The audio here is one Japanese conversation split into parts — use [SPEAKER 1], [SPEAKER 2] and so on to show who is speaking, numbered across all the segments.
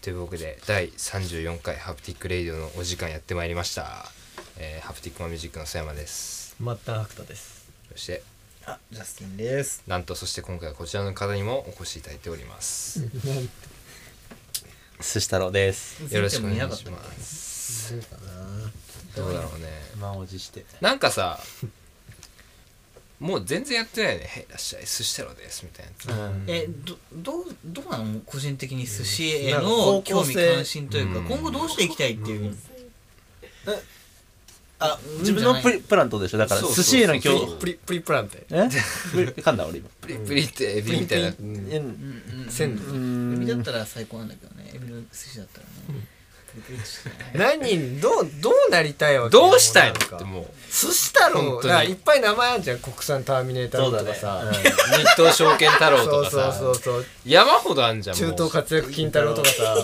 [SPEAKER 1] という僕で第34回ハプティック・レイディオのお時間やってまいりました、えーハプティック・マンミュージックの曽山です
[SPEAKER 2] マッタンハクトです
[SPEAKER 1] そして
[SPEAKER 3] あジャスティンです
[SPEAKER 1] なんとそして今回はこちらの方にもお越しいただいております
[SPEAKER 2] 寿司太郎です
[SPEAKER 1] よろしくお願いし
[SPEAKER 3] 前回もいなか
[SPEAKER 1] ま
[SPEAKER 3] っ
[SPEAKER 1] す
[SPEAKER 2] そうか
[SPEAKER 1] どうだろうね
[SPEAKER 2] な満を持して
[SPEAKER 1] なんかさもう全然やってないよね「へいらっしゃい寿司太郎です」みたいなやつ
[SPEAKER 2] ん
[SPEAKER 3] えどどうどうなの個人的に寿司へ
[SPEAKER 2] なんか方
[SPEAKER 3] の
[SPEAKER 2] 向性
[SPEAKER 3] 興味関心というか
[SPEAKER 1] うん
[SPEAKER 3] 今後どうしていきたいっていう
[SPEAKER 2] あ
[SPEAKER 3] うん
[SPEAKER 2] 自分のプリプラントでしょだから
[SPEAKER 1] そう
[SPEAKER 2] 寿司への興
[SPEAKER 1] そうそう
[SPEAKER 4] プリプリプランテ
[SPEAKER 2] え噛んだ俺今
[SPEAKER 1] プリプリってエビみたいな
[SPEAKER 4] プリプリ
[SPEAKER 2] え
[SPEAKER 3] うんんうん
[SPEAKER 4] 鮮度
[SPEAKER 3] う
[SPEAKER 2] うんん
[SPEAKER 3] エビだったら最高なんだけどねエビの寿司だったらねプリプリっとしてね
[SPEAKER 4] 何どうどうなりたいわけ
[SPEAKER 1] どうしたいの
[SPEAKER 4] なん
[SPEAKER 1] っ
[SPEAKER 4] か
[SPEAKER 1] てもう
[SPEAKER 4] 寿司太
[SPEAKER 1] 本当
[SPEAKER 4] 郎
[SPEAKER 1] に
[SPEAKER 4] だからいっぱい名前あるじゃん国産ターミネータ
[SPEAKER 2] そ
[SPEAKER 4] ー
[SPEAKER 2] うだ
[SPEAKER 4] とか
[SPEAKER 2] ね
[SPEAKER 4] さ、
[SPEAKER 1] 日東証券太郎
[SPEAKER 4] そ
[SPEAKER 1] と
[SPEAKER 4] う
[SPEAKER 1] か
[SPEAKER 4] そう
[SPEAKER 1] さ
[SPEAKER 4] そうそう
[SPEAKER 1] 山ほどあんじゃんも
[SPEAKER 4] 中
[SPEAKER 1] う
[SPEAKER 4] 東活躍金太郎とかさ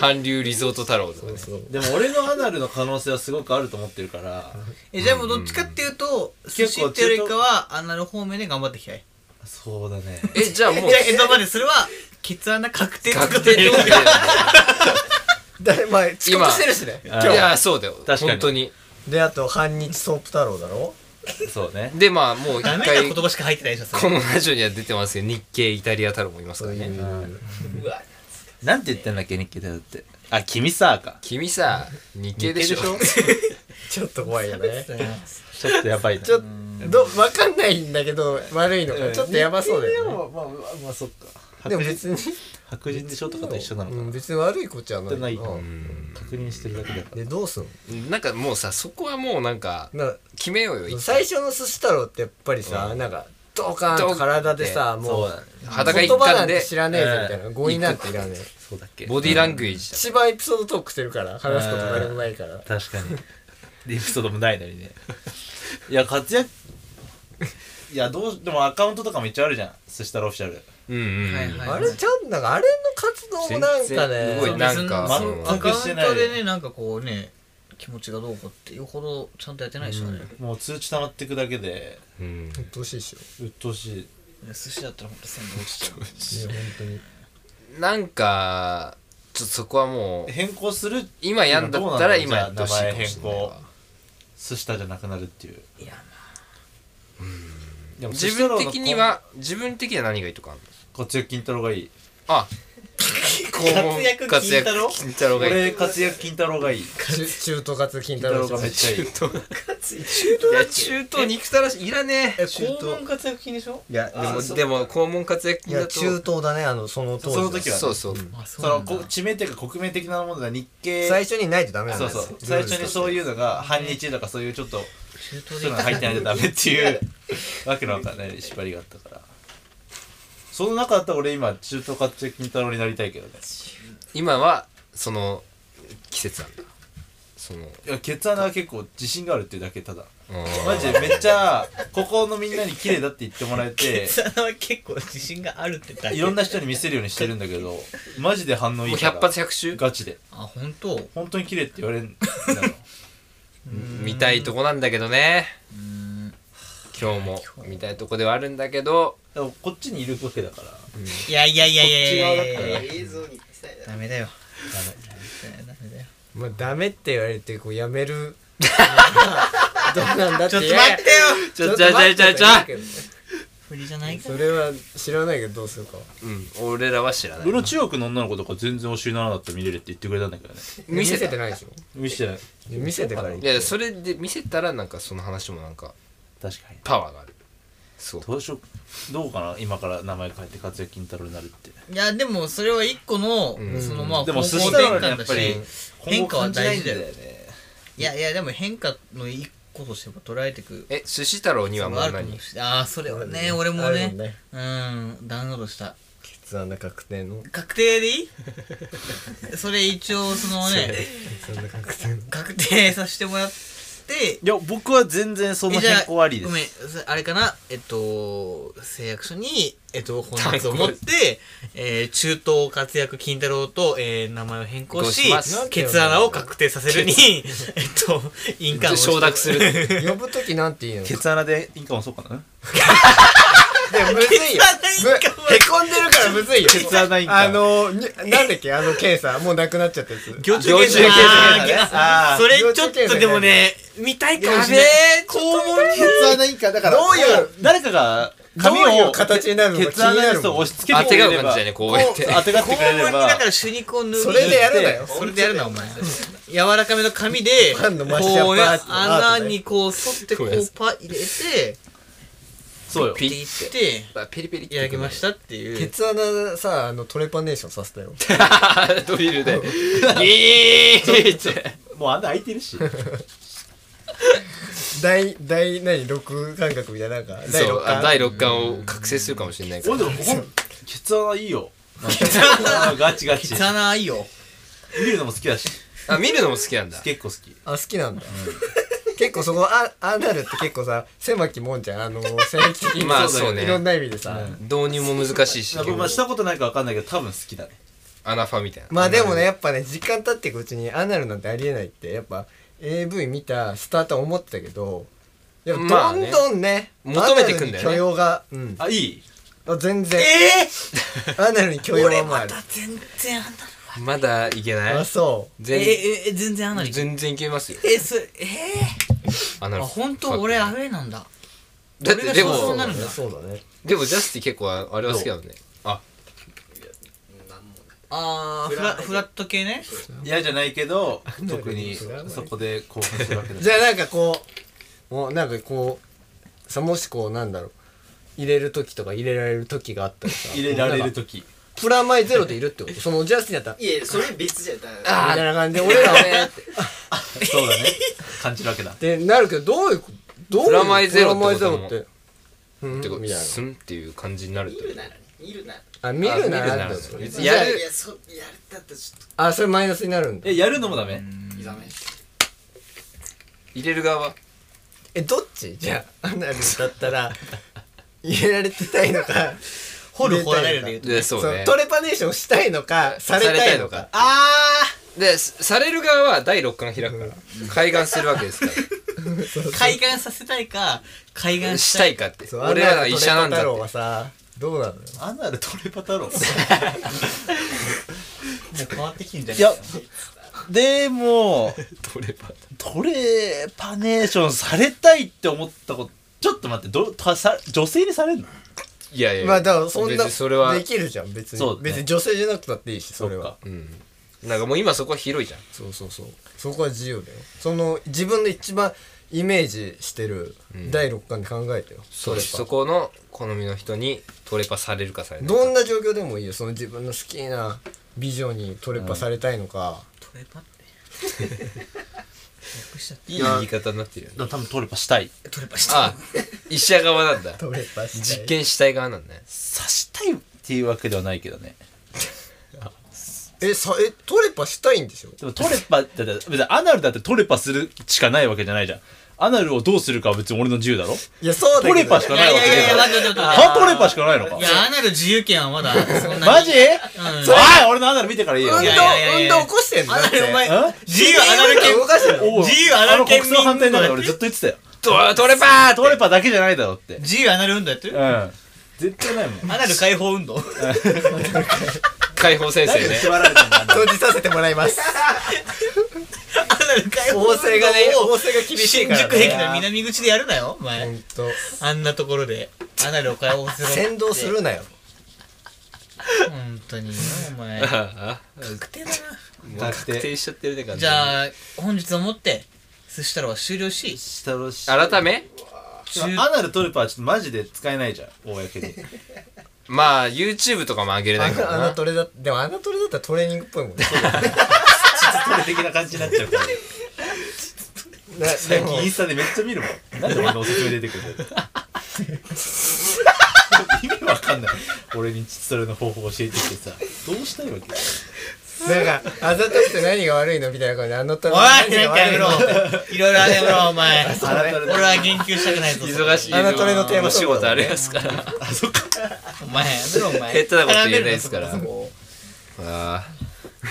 [SPEAKER 1] 韓流リゾート太郎とか
[SPEAKER 4] そ
[SPEAKER 1] ね
[SPEAKER 4] うそう
[SPEAKER 2] でも俺のアナルの可能性はすごくあると思ってるから
[SPEAKER 3] えじゃあもうどっちかっていうと寿司っていうよりかはアナロ方面で頑張っていきたい
[SPEAKER 2] そうだ ね
[SPEAKER 1] えじゃあ
[SPEAKER 3] え
[SPEAKER 1] もう
[SPEAKER 3] じゃあ今までそれは血穴確定
[SPEAKER 1] 確定ってことで
[SPEAKER 4] だまあ遅刻してるしね
[SPEAKER 2] 今
[SPEAKER 1] いやそうだよ
[SPEAKER 2] かに
[SPEAKER 1] 本当に
[SPEAKER 4] であと反日ソープ太郎だろ
[SPEAKER 2] そうね
[SPEAKER 1] でまあもう一
[SPEAKER 3] ダメな
[SPEAKER 1] 回
[SPEAKER 3] 言
[SPEAKER 1] こ
[SPEAKER 3] 葉しか入ってないでしょそれ
[SPEAKER 1] のラジオには出てますけど日系イタリア太郎もいます
[SPEAKER 4] そ
[SPEAKER 1] か
[SPEAKER 4] う
[SPEAKER 1] ら
[SPEAKER 4] い
[SPEAKER 1] ね
[SPEAKER 4] う
[SPEAKER 3] うわ
[SPEAKER 2] なんて言ってんだっけ日記だってあ君さーか
[SPEAKER 1] 君さ日系でしょ
[SPEAKER 2] 日系でし
[SPEAKER 4] ちょっと怖いよね
[SPEAKER 2] ょちょっとやばいな
[SPEAKER 4] ちょっと分かんないんだけど悪いのかちょっとやばそうだよね
[SPEAKER 2] まあまあまあそっか
[SPEAKER 4] でも別に
[SPEAKER 2] 白人でしょとかと一緒なのか
[SPEAKER 4] う
[SPEAKER 2] なん
[SPEAKER 4] 別に悪い子じゃない
[SPEAKER 2] ない
[SPEAKER 4] かな
[SPEAKER 1] うん
[SPEAKER 2] 確認してるだけだか
[SPEAKER 4] でどうすん
[SPEAKER 1] なんかもうさそこはもうなんか
[SPEAKER 4] のな
[SPEAKER 1] 決めようよ一回
[SPEAKER 4] 最初の寿司太郎ってやっぱりさ、なんかドカーンと体でさ
[SPEAKER 2] ら
[SPEAKER 4] もう
[SPEAKER 1] 裸一
[SPEAKER 4] 言葉な
[SPEAKER 1] 貫
[SPEAKER 4] んて
[SPEAKER 1] で
[SPEAKER 4] 知らねえぞみたいな語彙なんていらねえ
[SPEAKER 2] そうだっけ
[SPEAKER 1] ボディーラングエージだ
[SPEAKER 4] 一番エピソードトークしてるから話すこと誰もないから
[SPEAKER 2] 確かにエピソードもないのにね いや活躍いやどうでもアカウントとかも一応あるじゃん寿司太郎オフィシャル
[SPEAKER 1] うんうんうん
[SPEAKER 3] はいはい
[SPEAKER 4] あれちゃんなんかあれの活動もなんか
[SPEAKER 1] 全然す
[SPEAKER 4] ね
[SPEAKER 1] ごい
[SPEAKER 3] そう
[SPEAKER 1] なんか
[SPEAKER 3] 別に
[SPEAKER 2] その
[SPEAKER 3] アカウントでねなんかこうね気持ちがどうこうってよほどちゃんとやってないでしょあれ、
[SPEAKER 2] もう通知溜まってくだけで
[SPEAKER 1] うん
[SPEAKER 4] うっとうしいっしょ
[SPEAKER 2] 鬱陶しい
[SPEAKER 3] 寿司だったらほんと鮮度落ちちゃう
[SPEAKER 4] いや本当に
[SPEAKER 1] なんかちょっとそこはもう
[SPEAKER 2] 変更する
[SPEAKER 1] 今やんだったら今
[SPEAKER 2] 今
[SPEAKER 1] や
[SPEAKER 2] や
[SPEAKER 1] っ
[SPEAKER 2] ってて
[SPEAKER 1] ほ
[SPEAKER 2] ほ
[SPEAKER 1] し
[SPEAKER 2] し
[SPEAKER 1] い
[SPEAKER 2] い
[SPEAKER 1] か
[SPEAKER 2] か
[SPEAKER 1] も
[SPEAKER 2] も
[SPEAKER 1] し
[SPEAKER 2] し
[SPEAKER 1] れ
[SPEAKER 2] れ
[SPEAKER 1] な
[SPEAKER 2] ないい
[SPEAKER 1] わ
[SPEAKER 2] わ寿司太じゃなくなるっていう
[SPEAKER 3] いや
[SPEAKER 2] でも
[SPEAKER 1] 自
[SPEAKER 2] 寿司太郎
[SPEAKER 1] 分
[SPEAKER 2] の
[SPEAKER 1] 的には自分的には何がいいとかあるの
[SPEAKER 2] 活躍金太郎がいい
[SPEAKER 1] あ
[SPEAKER 3] 活躍金太郎
[SPEAKER 1] 活躍金太郎がいい
[SPEAKER 2] 俺活躍金太郎がいい
[SPEAKER 4] 中中途活金
[SPEAKER 2] 金
[SPEAKER 4] 太
[SPEAKER 2] 太
[SPEAKER 4] 郎
[SPEAKER 2] 郎
[SPEAKER 4] じゃ
[SPEAKER 2] が
[SPEAKER 4] な
[SPEAKER 2] め
[SPEAKER 4] い
[SPEAKER 2] っちゃいい
[SPEAKER 1] いや中東憎たらしいいらねえ
[SPEAKER 3] え肛門活躍金でしょ
[SPEAKER 4] いや
[SPEAKER 1] でもでも肛門活躍
[SPEAKER 4] い
[SPEAKER 1] 金だ
[SPEAKER 4] や
[SPEAKER 1] と
[SPEAKER 4] 中東だねあのその当時
[SPEAKER 2] その時はね
[SPEAKER 1] そうそう
[SPEAKER 3] あ
[SPEAKER 2] そ
[SPEAKER 3] そ
[SPEAKER 2] のこ致命的か国名的なものが日系
[SPEAKER 4] 最初にないとダメなんだ
[SPEAKER 2] そう
[SPEAKER 4] よ
[SPEAKER 2] そう最初にそういうのが反日とかそういうちょっと
[SPEAKER 3] 中
[SPEAKER 2] そう
[SPEAKER 3] 東
[SPEAKER 2] い
[SPEAKER 3] で
[SPEAKER 2] うのが入ってないとダメっていうわけのわかんない縛りがあったからその中だったら俺今中東活躍金太郎になりたいけどね
[SPEAKER 1] 今はその季節なんだその
[SPEAKER 2] いやケツ穴は結構自信があるっていうだけただ
[SPEAKER 1] マ
[SPEAKER 2] マジでめっちゃここのみんなに綺麗だって言ってもらえて
[SPEAKER 3] 血穴は結構自信があるってだけ
[SPEAKER 2] いろんな人に見せるようにしてるんだけどマジで反応い
[SPEAKER 1] も
[SPEAKER 2] いうから
[SPEAKER 1] 百発百中
[SPEAKER 2] ガチで
[SPEAKER 3] あ本当う
[SPEAKER 2] 本当に綺麗って言わ れるんだよ
[SPEAKER 1] 見たいとこなんだけどね
[SPEAKER 3] ーん
[SPEAKER 1] 今日も見たいとこではあるんだけど
[SPEAKER 2] でもこっちにいるわけだから
[SPEAKER 3] いやいやいやいやいやい
[SPEAKER 2] こっち
[SPEAKER 3] や
[SPEAKER 2] 側
[SPEAKER 3] い
[SPEAKER 2] だ
[SPEAKER 3] や
[SPEAKER 2] か
[SPEAKER 3] いや
[SPEAKER 5] 映像にしたいな
[SPEAKER 3] ダメだよ
[SPEAKER 2] あ
[SPEAKER 3] ダメだよ
[SPEAKER 4] まあダメって言われてこうやめるどうなんだって
[SPEAKER 3] ちょっと待ってよ
[SPEAKER 1] ちょちょちょちょちょ
[SPEAKER 3] 振りじゃないか
[SPEAKER 4] それは知らないけどどうするか
[SPEAKER 1] うん俺らは知らな
[SPEAKER 2] の
[SPEAKER 1] い
[SPEAKER 2] 俺の中国の女の子とか全然お尻の穴だったら見れるって言ってくれたんだけどね
[SPEAKER 1] 見
[SPEAKER 4] 見
[SPEAKER 1] せ
[SPEAKER 4] せ
[SPEAKER 1] た
[SPEAKER 4] てないでしょ
[SPEAKER 2] 見せてない
[SPEAKER 4] 見せてから言っ
[SPEAKER 1] いやそれで見せたらなんかその話もなんか
[SPEAKER 2] 確かに
[SPEAKER 1] パワーがあるすごく
[SPEAKER 2] どうしようどうかな今から名前変えて活躍金太郎になるって
[SPEAKER 3] いやでもそれは一個の、
[SPEAKER 1] うん
[SPEAKER 3] そのまあ
[SPEAKER 2] でも
[SPEAKER 3] 方
[SPEAKER 2] 寿
[SPEAKER 3] 向
[SPEAKER 2] 司太
[SPEAKER 3] 転
[SPEAKER 2] 郎にや
[SPEAKER 3] 換
[SPEAKER 2] っ
[SPEAKER 3] だ
[SPEAKER 2] ぱり
[SPEAKER 3] し変化は大事だよ
[SPEAKER 2] 今後感じないんね
[SPEAKER 3] いやいやでも変化の一個としても捉えてく
[SPEAKER 1] え寿司太郎にはもう
[SPEAKER 3] ある
[SPEAKER 1] 何
[SPEAKER 3] かもしれないあーそれはね俺もねうんダウンロードした
[SPEAKER 4] 決断な確定の
[SPEAKER 3] 確定でい いそれ一応そのね
[SPEAKER 4] 決断な確定の
[SPEAKER 3] 確定させてもらって
[SPEAKER 2] いや僕は全然その
[SPEAKER 3] えじゃあ
[SPEAKER 2] 変更ありで
[SPEAKER 3] ごめん
[SPEAKER 2] す
[SPEAKER 3] それあれかなえっと誓約書にえっと本日を持って、えー中東活躍金太郎と、えー名前を変更
[SPEAKER 1] どうし
[SPEAKER 3] し
[SPEAKER 1] ます
[SPEAKER 3] ケツ穴を確定させるに えっと印鑑を
[SPEAKER 1] 承諾する
[SPEAKER 4] 呼ぶ時なんて言うの
[SPEAKER 2] ケツ穴でいいかもそうかな
[SPEAKER 4] でむずいよむへこんでるからむずいよ
[SPEAKER 2] 鉄穴インカー
[SPEAKER 4] あのになんだっけあの検査もうなくなっちゃったやつ
[SPEAKER 3] 魚
[SPEAKER 1] 魚
[SPEAKER 3] 虫
[SPEAKER 1] 虫検
[SPEAKER 3] 検
[SPEAKER 1] 査
[SPEAKER 3] 査
[SPEAKER 2] ねあー
[SPEAKER 3] あーそれちょっとでもね見たいかもしれない肛門に
[SPEAKER 2] 鉄穴インカーだから
[SPEAKER 4] どういう
[SPEAKER 2] 誰かが髪
[SPEAKER 4] どういう
[SPEAKER 2] を
[SPEAKER 4] 形になるのか
[SPEAKER 2] ケツ穴
[SPEAKER 4] 気にな
[SPEAKER 2] で
[SPEAKER 4] るもん
[SPEAKER 2] 押し付け
[SPEAKER 1] あ
[SPEAKER 2] てく
[SPEAKER 1] てがう
[SPEAKER 2] れれ
[SPEAKER 1] 感
[SPEAKER 2] ば
[SPEAKER 1] じだねこうやって
[SPEAKER 2] あてがってくれれ
[SPEAKER 3] 肛門にだ
[SPEAKER 2] ば
[SPEAKER 3] から手肉を脱ぎ
[SPEAKER 4] それでやるなよ
[SPEAKER 3] それでやるなお前それでやるなお前柔らかめの紙で
[SPEAKER 4] ファンのマッシュア
[SPEAKER 3] こう
[SPEAKER 4] ップ
[SPEAKER 3] ね
[SPEAKER 4] アート
[SPEAKER 3] 穴にこう沿ってこう
[SPEAKER 1] ごめんなさ
[SPEAKER 3] パ入れて
[SPEAKER 2] そうよ
[SPEAKER 1] ピ
[SPEAKER 3] ってい
[SPEAKER 1] ッ
[SPEAKER 3] って
[SPEAKER 1] ペリペリって
[SPEAKER 3] いただきましたっていう
[SPEAKER 4] 鉄穴さあのトレパネーションさせたよ
[SPEAKER 1] ドリルでイーって
[SPEAKER 2] もう穴開いてる し
[SPEAKER 4] 第第何六感覚みたいななんか
[SPEAKER 1] そ
[SPEAKER 4] 第
[SPEAKER 1] う
[SPEAKER 4] 六
[SPEAKER 1] あ
[SPEAKER 4] 感
[SPEAKER 1] 第6巻を覚醒するかもしれないか
[SPEAKER 2] おいで
[SPEAKER 1] ら
[SPEAKER 2] もこ こケツ穴いいよ ケツ穴ガチガチ
[SPEAKER 3] 汚いよ
[SPEAKER 2] 見るのも好き だし
[SPEAKER 1] あ見るのも好きなんだ
[SPEAKER 2] 結構好き
[SPEAKER 4] あ好きなんだ、結構そこあアナルって結構さ狭きもんじゃんあの性域的に
[SPEAKER 1] まあ
[SPEAKER 4] そうだよ
[SPEAKER 1] そうね
[SPEAKER 4] いろんな意味でさ、
[SPEAKER 2] うん
[SPEAKER 1] 導入も難しいし
[SPEAKER 2] 僕まあしたことないかわかんないけど多分好きだね
[SPEAKER 1] アナファみたいな
[SPEAKER 4] まあでもねやっぱね時間経っていくうちにアナルなんてありえないってやっぱ AV 見たスタートは思ってたけどやっ
[SPEAKER 1] ま
[SPEAKER 4] ぱ
[SPEAKER 1] あ
[SPEAKER 4] ど
[SPEAKER 1] ね
[SPEAKER 4] んどんね,、
[SPEAKER 1] 求めてくんだよね
[SPEAKER 4] アナルに許容が、うん、
[SPEAKER 2] あいい
[SPEAKER 4] あ全然
[SPEAKER 3] え
[SPEAKER 4] アナルに許容
[SPEAKER 3] 俺
[SPEAKER 4] はもう
[SPEAKER 3] ま
[SPEAKER 4] ある
[SPEAKER 3] た全然穴
[SPEAKER 1] まだいけな
[SPEAKER 4] あ
[SPEAKER 1] い
[SPEAKER 4] そ
[SPEAKER 3] え
[SPEAKER 1] 全
[SPEAKER 3] ええ全然穴に
[SPEAKER 1] 全然いけますよ
[SPEAKER 3] えそれえ
[SPEAKER 1] アナ
[SPEAKER 3] ーあ
[SPEAKER 1] ル
[SPEAKER 3] 本当俺アウェイなんだ
[SPEAKER 1] だってで
[SPEAKER 3] 俺がそ
[SPEAKER 4] う
[SPEAKER 3] う
[SPEAKER 4] そ
[SPEAKER 1] も
[SPEAKER 4] う
[SPEAKER 3] な
[SPEAKER 4] だ
[SPEAKER 3] る
[SPEAKER 4] ね
[SPEAKER 3] んだ
[SPEAKER 4] そうだね
[SPEAKER 1] でもジャスティ結構ああれは好きだもんねあ
[SPEAKER 3] あーフラフラット系ね
[SPEAKER 2] 嫌じゃないけど特にそこで興奮するわ けだ
[SPEAKER 4] じゃあなんかこうもうなんかこうさもしこうなんだろう入れる時とか入れられる時があったらさ
[SPEAKER 2] 入れられる時
[SPEAKER 4] プラマイゼロでいるってことそのジャスティンやったら
[SPEAKER 6] いやそれ別じゃだから
[SPEAKER 4] ああみたい な感じで俺らはねっ
[SPEAKER 2] そうだね感じるわけだ
[SPEAKER 4] てなるけどどういうどういう
[SPEAKER 1] プラマイゼロって
[SPEAKER 4] プ
[SPEAKER 1] こと
[SPEAKER 4] ラマ
[SPEAKER 1] だも
[SPEAKER 4] イ
[SPEAKER 1] ん
[SPEAKER 4] ゼロってうん
[SPEAKER 1] てか
[SPEAKER 4] みたい
[SPEAKER 1] スンっていう感じになる
[SPEAKER 6] 見
[SPEAKER 1] と
[SPEAKER 6] るならね見るなら
[SPEAKER 4] なあ見るな
[SPEAKER 1] あ見るな
[SPEAKER 4] ら
[SPEAKER 1] ら
[SPEAKER 4] ってこと
[SPEAKER 1] 別
[SPEAKER 6] い
[SPEAKER 1] にや
[SPEAKER 6] や
[SPEAKER 1] る
[SPEAKER 6] いやそやるだったらちょっ
[SPEAKER 4] あそれマイナスになるんだ
[SPEAKER 2] えやるのもダメ
[SPEAKER 6] とダメ
[SPEAKER 1] 入れる側は
[SPEAKER 4] えどっちじゃあアナルだったら 入れられてたいのか
[SPEAKER 3] 掘る掘られる
[SPEAKER 4] 入
[SPEAKER 3] で言
[SPEAKER 4] れ
[SPEAKER 1] で
[SPEAKER 3] うと
[SPEAKER 4] たいのか
[SPEAKER 1] そうね
[SPEAKER 4] トレパネーションしたいのかされたいのか
[SPEAKER 3] あ
[SPEAKER 1] でさされる側は第6巻開くから開眼するわけですか
[SPEAKER 3] ー開眼させたいか開
[SPEAKER 1] ら
[SPEAKER 3] 眼
[SPEAKER 1] し
[SPEAKER 3] したた
[SPEAKER 1] い
[SPEAKER 3] い
[SPEAKER 1] かって
[SPEAKER 4] そう
[SPEAKER 1] 俺ら
[SPEAKER 4] アナ
[SPEAKER 1] が
[SPEAKER 4] ル
[SPEAKER 1] 医
[SPEAKER 4] と
[SPEAKER 1] 者なん
[SPEAKER 4] レ
[SPEAKER 1] だ
[SPEAKER 4] タ太
[SPEAKER 1] っ
[SPEAKER 4] 郎
[SPEAKER 1] て
[SPEAKER 4] はさどうなのよ
[SPEAKER 2] アナルトレパ 太郎
[SPEAKER 3] もう変わってきてんじゃ
[SPEAKER 2] いやでも
[SPEAKER 1] トレパ
[SPEAKER 2] トレパネーションされたいって思ったことちょっと待ってどたさ女性にされるの
[SPEAKER 1] いやいや
[SPEAKER 4] まあだからそん
[SPEAKER 1] 別
[SPEAKER 4] な
[SPEAKER 1] にそれは
[SPEAKER 4] できるじゃん別
[SPEAKER 2] そう
[SPEAKER 4] に
[SPEAKER 2] ね
[SPEAKER 4] 別に女性じゃなくたっていいしそれは
[SPEAKER 1] うんなんかもう今そこは広いじゃん
[SPEAKER 4] そうそうそうそこは自由だよその自分の一番イメージしてる第六感で考えてよ、
[SPEAKER 1] そ
[SPEAKER 4] そうれ
[SPEAKER 1] そこの好みの人にトレパされるかされないか
[SPEAKER 4] どんな状況でもいいよその自分の好きな美女にトレパされたいのか、
[SPEAKER 3] トレパって略しちゃっ
[SPEAKER 1] いい言い方になってるよね
[SPEAKER 2] でも多分トレパしたい
[SPEAKER 3] たトレパした
[SPEAKER 1] あ医者側なん だ
[SPEAKER 4] トレパしたい
[SPEAKER 1] 実験したい側なんだね
[SPEAKER 2] 刺したいっていうわけではないけどね
[SPEAKER 4] えさえトレパしたいんでしょ
[SPEAKER 2] でもトレパってだって別にアナルだってトレパするしかないわけじゃないじゃんアナルをどうするかは別に俺の自由だろ
[SPEAKER 4] いやそうだ
[SPEAKER 2] ト
[SPEAKER 4] け
[SPEAKER 2] レ
[SPEAKER 4] ど
[SPEAKER 2] パしかないわけ
[SPEAKER 3] いやいやいや待って
[SPEAKER 2] じゃん
[SPEAKER 3] 待って待って
[SPEAKER 2] 半トレパしかないのか
[SPEAKER 3] いやアナル自由権はまだそんなに
[SPEAKER 2] マジ
[SPEAKER 3] うん
[SPEAKER 2] おい俺のアナル見てからいいよ
[SPEAKER 4] 運動
[SPEAKER 3] いやいやいやいや
[SPEAKER 4] 運動起こしてんの
[SPEAKER 3] アナルお前
[SPEAKER 2] え
[SPEAKER 3] 自由アナル権
[SPEAKER 4] 動かしてんの
[SPEAKER 2] おい
[SPEAKER 3] 自由アナル
[SPEAKER 2] あの
[SPEAKER 3] 県
[SPEAKER 2] 国葬反対なんだよ俺ずっと言ってたよ
[SPEAKER 1] トトレパー
[SPEAKER 2] トレパだけじゃないだろって
[SPEAKER 3] 自由アナル運動やって
[SPEAKER 2] う
[SPEAKER 3] る
[SPEAKER 2] ん絶対ないもん
[SPEAKER 3] アナル解放運動
[SPEAKER 1] 解放先生ね
[SPEAKER 2] 縛られてんの
[SPEAKER 4] 閉じさせてもらいます
[SPEAKER 3] アナル解放運動
[SPEAKER 4] 旺盛がね
[SPEAKER 3] を
[SPEAKER 4] 旺盛が厳しい
[SPEAKER 3] 新
[SPEAKER 4] から、ね、
[SPEAKER 3] 宿駅の南口でやるなよお
[SPEAKER 4] ほ
[SPEAKER 3] 前
[SPEAKER 4] んと
[SPEAKER 3] あんなところでアナルを解放する
[SPEAKER 4] 先導するなよ
[SPEAKER 3] 本当によお前
[SPEAKER 1] ああ
[SPEAKER 3] 確定だ
[SPEAKER 1] もう確定しちゃってるね感
[SPEAKER 3] なじゃあ本日をもって寿司太郎は終了し
[SPEAKER 2] 下ろし
[SPEAKER 1] 改め
[SPEAKER 2] アナルトレパはちょっとマジで使えないじゃん 公に
[SPEAKER 1] まあ YouTube とかも上げれな
[SPEAKER 4] あ
[SPEAKER 1] いから
[SPEAKER 4] のあ
[SPEAKER 1] な
[SPEAKER 4] のトレだでもあのトレだったらトレーニングっぽいもんね
[SPEAKER 2] トレ的な感じになっちゃうから
[SPEAKER 4] なで
[SPEAKER 2] 最
[SPEAKER 4] も
[SPEAKER 2] 近インスタでめっちゃ見るもんなんで俺のおすすめ出てくるん だよ意味わかんない俺にそれの方法教えてきてさどうしたいわけ
[SPEAKER 4] なんかあざとくて何が悪いのみたいな感じであのト
[SPEAKER 3] お
[SPEAKER 4] レ
[SPEAKER 3] い
[SPEAKER 4] 何
[SPEAKER 3] なん
[SPEAKER 4] が
[SPEAKER 3] か
[SPEAKER 4] 悪い
[SPEAKER 3] やめ
[SPEAKER 4] の
[SPEAKER 3] ろいろいろあれやめろお
[SPEAKER 2] あ
[SPEAKER 3] 前
[SPEAKER 2] なたの
[SPEAKER 3] 俺は言及したくないぞ
[SPEAKER 1] 忙しい
[SPEAKER 4] あのトレのテーマ
[SPEAKER 1] お仕
[SPEAKER 4] ソング
[SPEAKER 1] 事
[SPEAKER 4] だ
[SPEAKER 1] あ
[SPEAKER 4] もんね
[SPEAKER 1] りますから
[SPEAKER 3] お前やめろお前
[SPEAKER 1] 下手なこと言えないですから
[SPEAKER 3] 絡めるなそこ
[SPEAKER 1] あ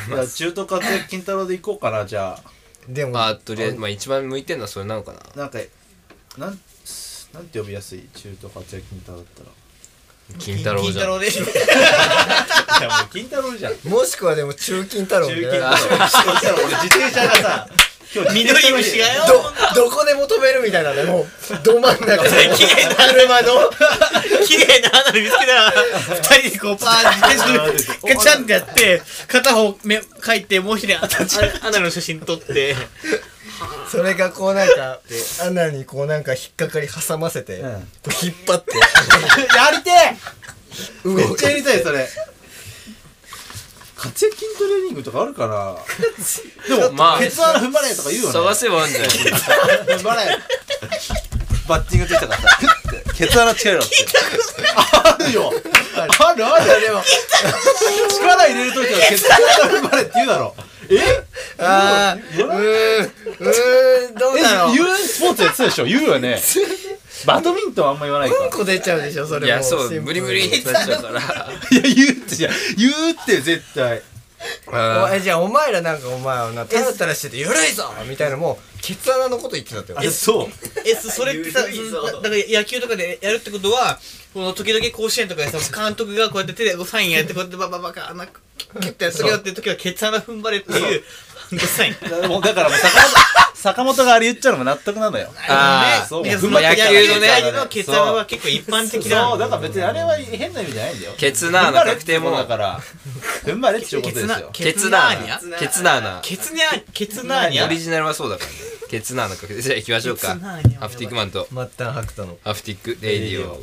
[SPEAKER 2] じゃあ中途活躍金太郎で行こうかなじゃあ
[SPEAKER 4] でも、
[SPEAKER 1] ーまあとりあえずまあ一番向いてんのはそれなのかな
[SPEAKER 2] なんかなんなんて呼びやすい中途活躍金太郎だったら
[SPEAKER 7] 金太郎じゃん
[SPEAKER 3] 金太郎で
[SPEAKER 2] いやもう金太郎じゃん。中
[SPEAKER 4] もしくはでも中金太郎
[SPEAKER 2] 金
[SPEAKER 4] み
[SPEAKER 2] 太
[SPEAKER 4] たい
[SPEAKER 2] 郎。
[SPEAKER 4] な
[SPEAKER 2] そしたら俺自転車がさ、今日自転
[SPEAKER 3] 緑
[SPEAKER 2] 車の
[SPEAKER 3] 虫がよ
[SPEAKER 4] どどこでも飛べるみたいなねもうど真ん中で
[SPEAKER 3] 綺麗な
[SPEAKER 4] 車の
[SPEAKER 3] 綺麗な花火見つけたら二人でこうパーンって自転車でガチャンってやって片方目書いてもう一人あアナの写真撮 って
[SPEAKER 4] それがこうなんか穴にこうなんか引っかかり挟ませて、
[SPEAKER 2] うん
[SPEAKER 4] こう引っ張って
[SPEAKER 2] やりてえ
[SPEAKER 4] 動
[SPEAKER 2] めっ
[SPEAKER 4] く
[SPEAKER 2] ちゃやりたいそれ。活躍筋トレーニングとかある から。でも、
[SPEAKER 1] まあ
[SPEAKER 2] ケツ穴踏まれとか言うよね。
[SPEAKER 1] 探せばあんじゃない
[SPEAKER 2] 踏まれ。バッティングできたからさ、ふって、ケツ穴力入れろって。あるよ。あるある。でも、力入れるときはケツ穴踏まれって言うだろ。え
[SPEAKER 4] あーうーんうーんどうだろ
[SPEAKER 2] え、
[SPEAKER 4] う
[SPEAKER 2] 言うスポーツやってたでしょ言うよね。バドミントンはあんま言わないか。
[SPEAKER 4] うんこ出ちゃうでしょそれも
[SPEAKER 1] いやそ
[SPEAKER 4] シン
[SPEAKER 1] う無
[SPEAKER 4] プル
[SPEAKER 1] 理
[SPEAKER 4] に
[SPEAKER 1] 無理になっちゃうから
[SPEAKER 2] いや、言うってじゃん言うって絶対。
[SPEAKER 4] おえじゃあお前らなんかお前はなタラタラしてて「ゆるいぞ!」みたいなのもケツ穴のこと言ってたってよ
[SPEAKER 2] あ、そう。
[SPEAKER 3] えそ それってさ
[SPEAKER 5] 緩いぞ
[SPEAKER 3] だだから野球とかでやるってことはこの時々甲子園とかでさ監督がこうやって手でこうサインやってこうやってバババカ穴キュッてやっとけよっていう時はケツ穴踏ん張れっていうハンドサイン
[SPEAKER 2] もうだからもう坂本、 坂本があれ言っちゃうのも納得なのよ。
[SPEAKER 1] あー
[SPEAKER 2] そう
[SPEAKER 3] で
[SPEAKER 2] 踏
[SPEAKER 3] そ
[SPEAKER 2] ん
[SPEAKER 3] の
[SPEAKER 2] 張
[SPEAKER 3] 野
[SPEAKER 2] ってやる
[SPEAKER 3] 球のね
[SPEAKER 2] やつ
[SPEAKER 3] 野球のケツ穴は結構一般的な
[SPEAKER 2] そう、だから別にあれは変な意味じゃないんだよ。
[SPEAKER 1] ケツナーな確定も
[SPEAKER 2] だから、踏ん張れっていうことですよ。
[SPEAKER 1] ケツナーニ
[SPEAKER 5] ケツナ
[SPEAKER 1] ャ
[SPEAKER 5] ーニャ
[SPEAKER 1] ケツナーナ
[SPEAKER 3] ケツニャケツナーニ
[SPEAKER 1] オ
[SPEAKER 3] ャ
[SPEAKER 1] リジナルはそうだからねケツナーナ確定じゃあ行きましょうか
[SPEAKER 3] ケツナーニャ
[SPEAKER 1] ハフティックマンと
[SPEAKER 4] 末端白太の
[SPEAKER 1] ハフティックレディオ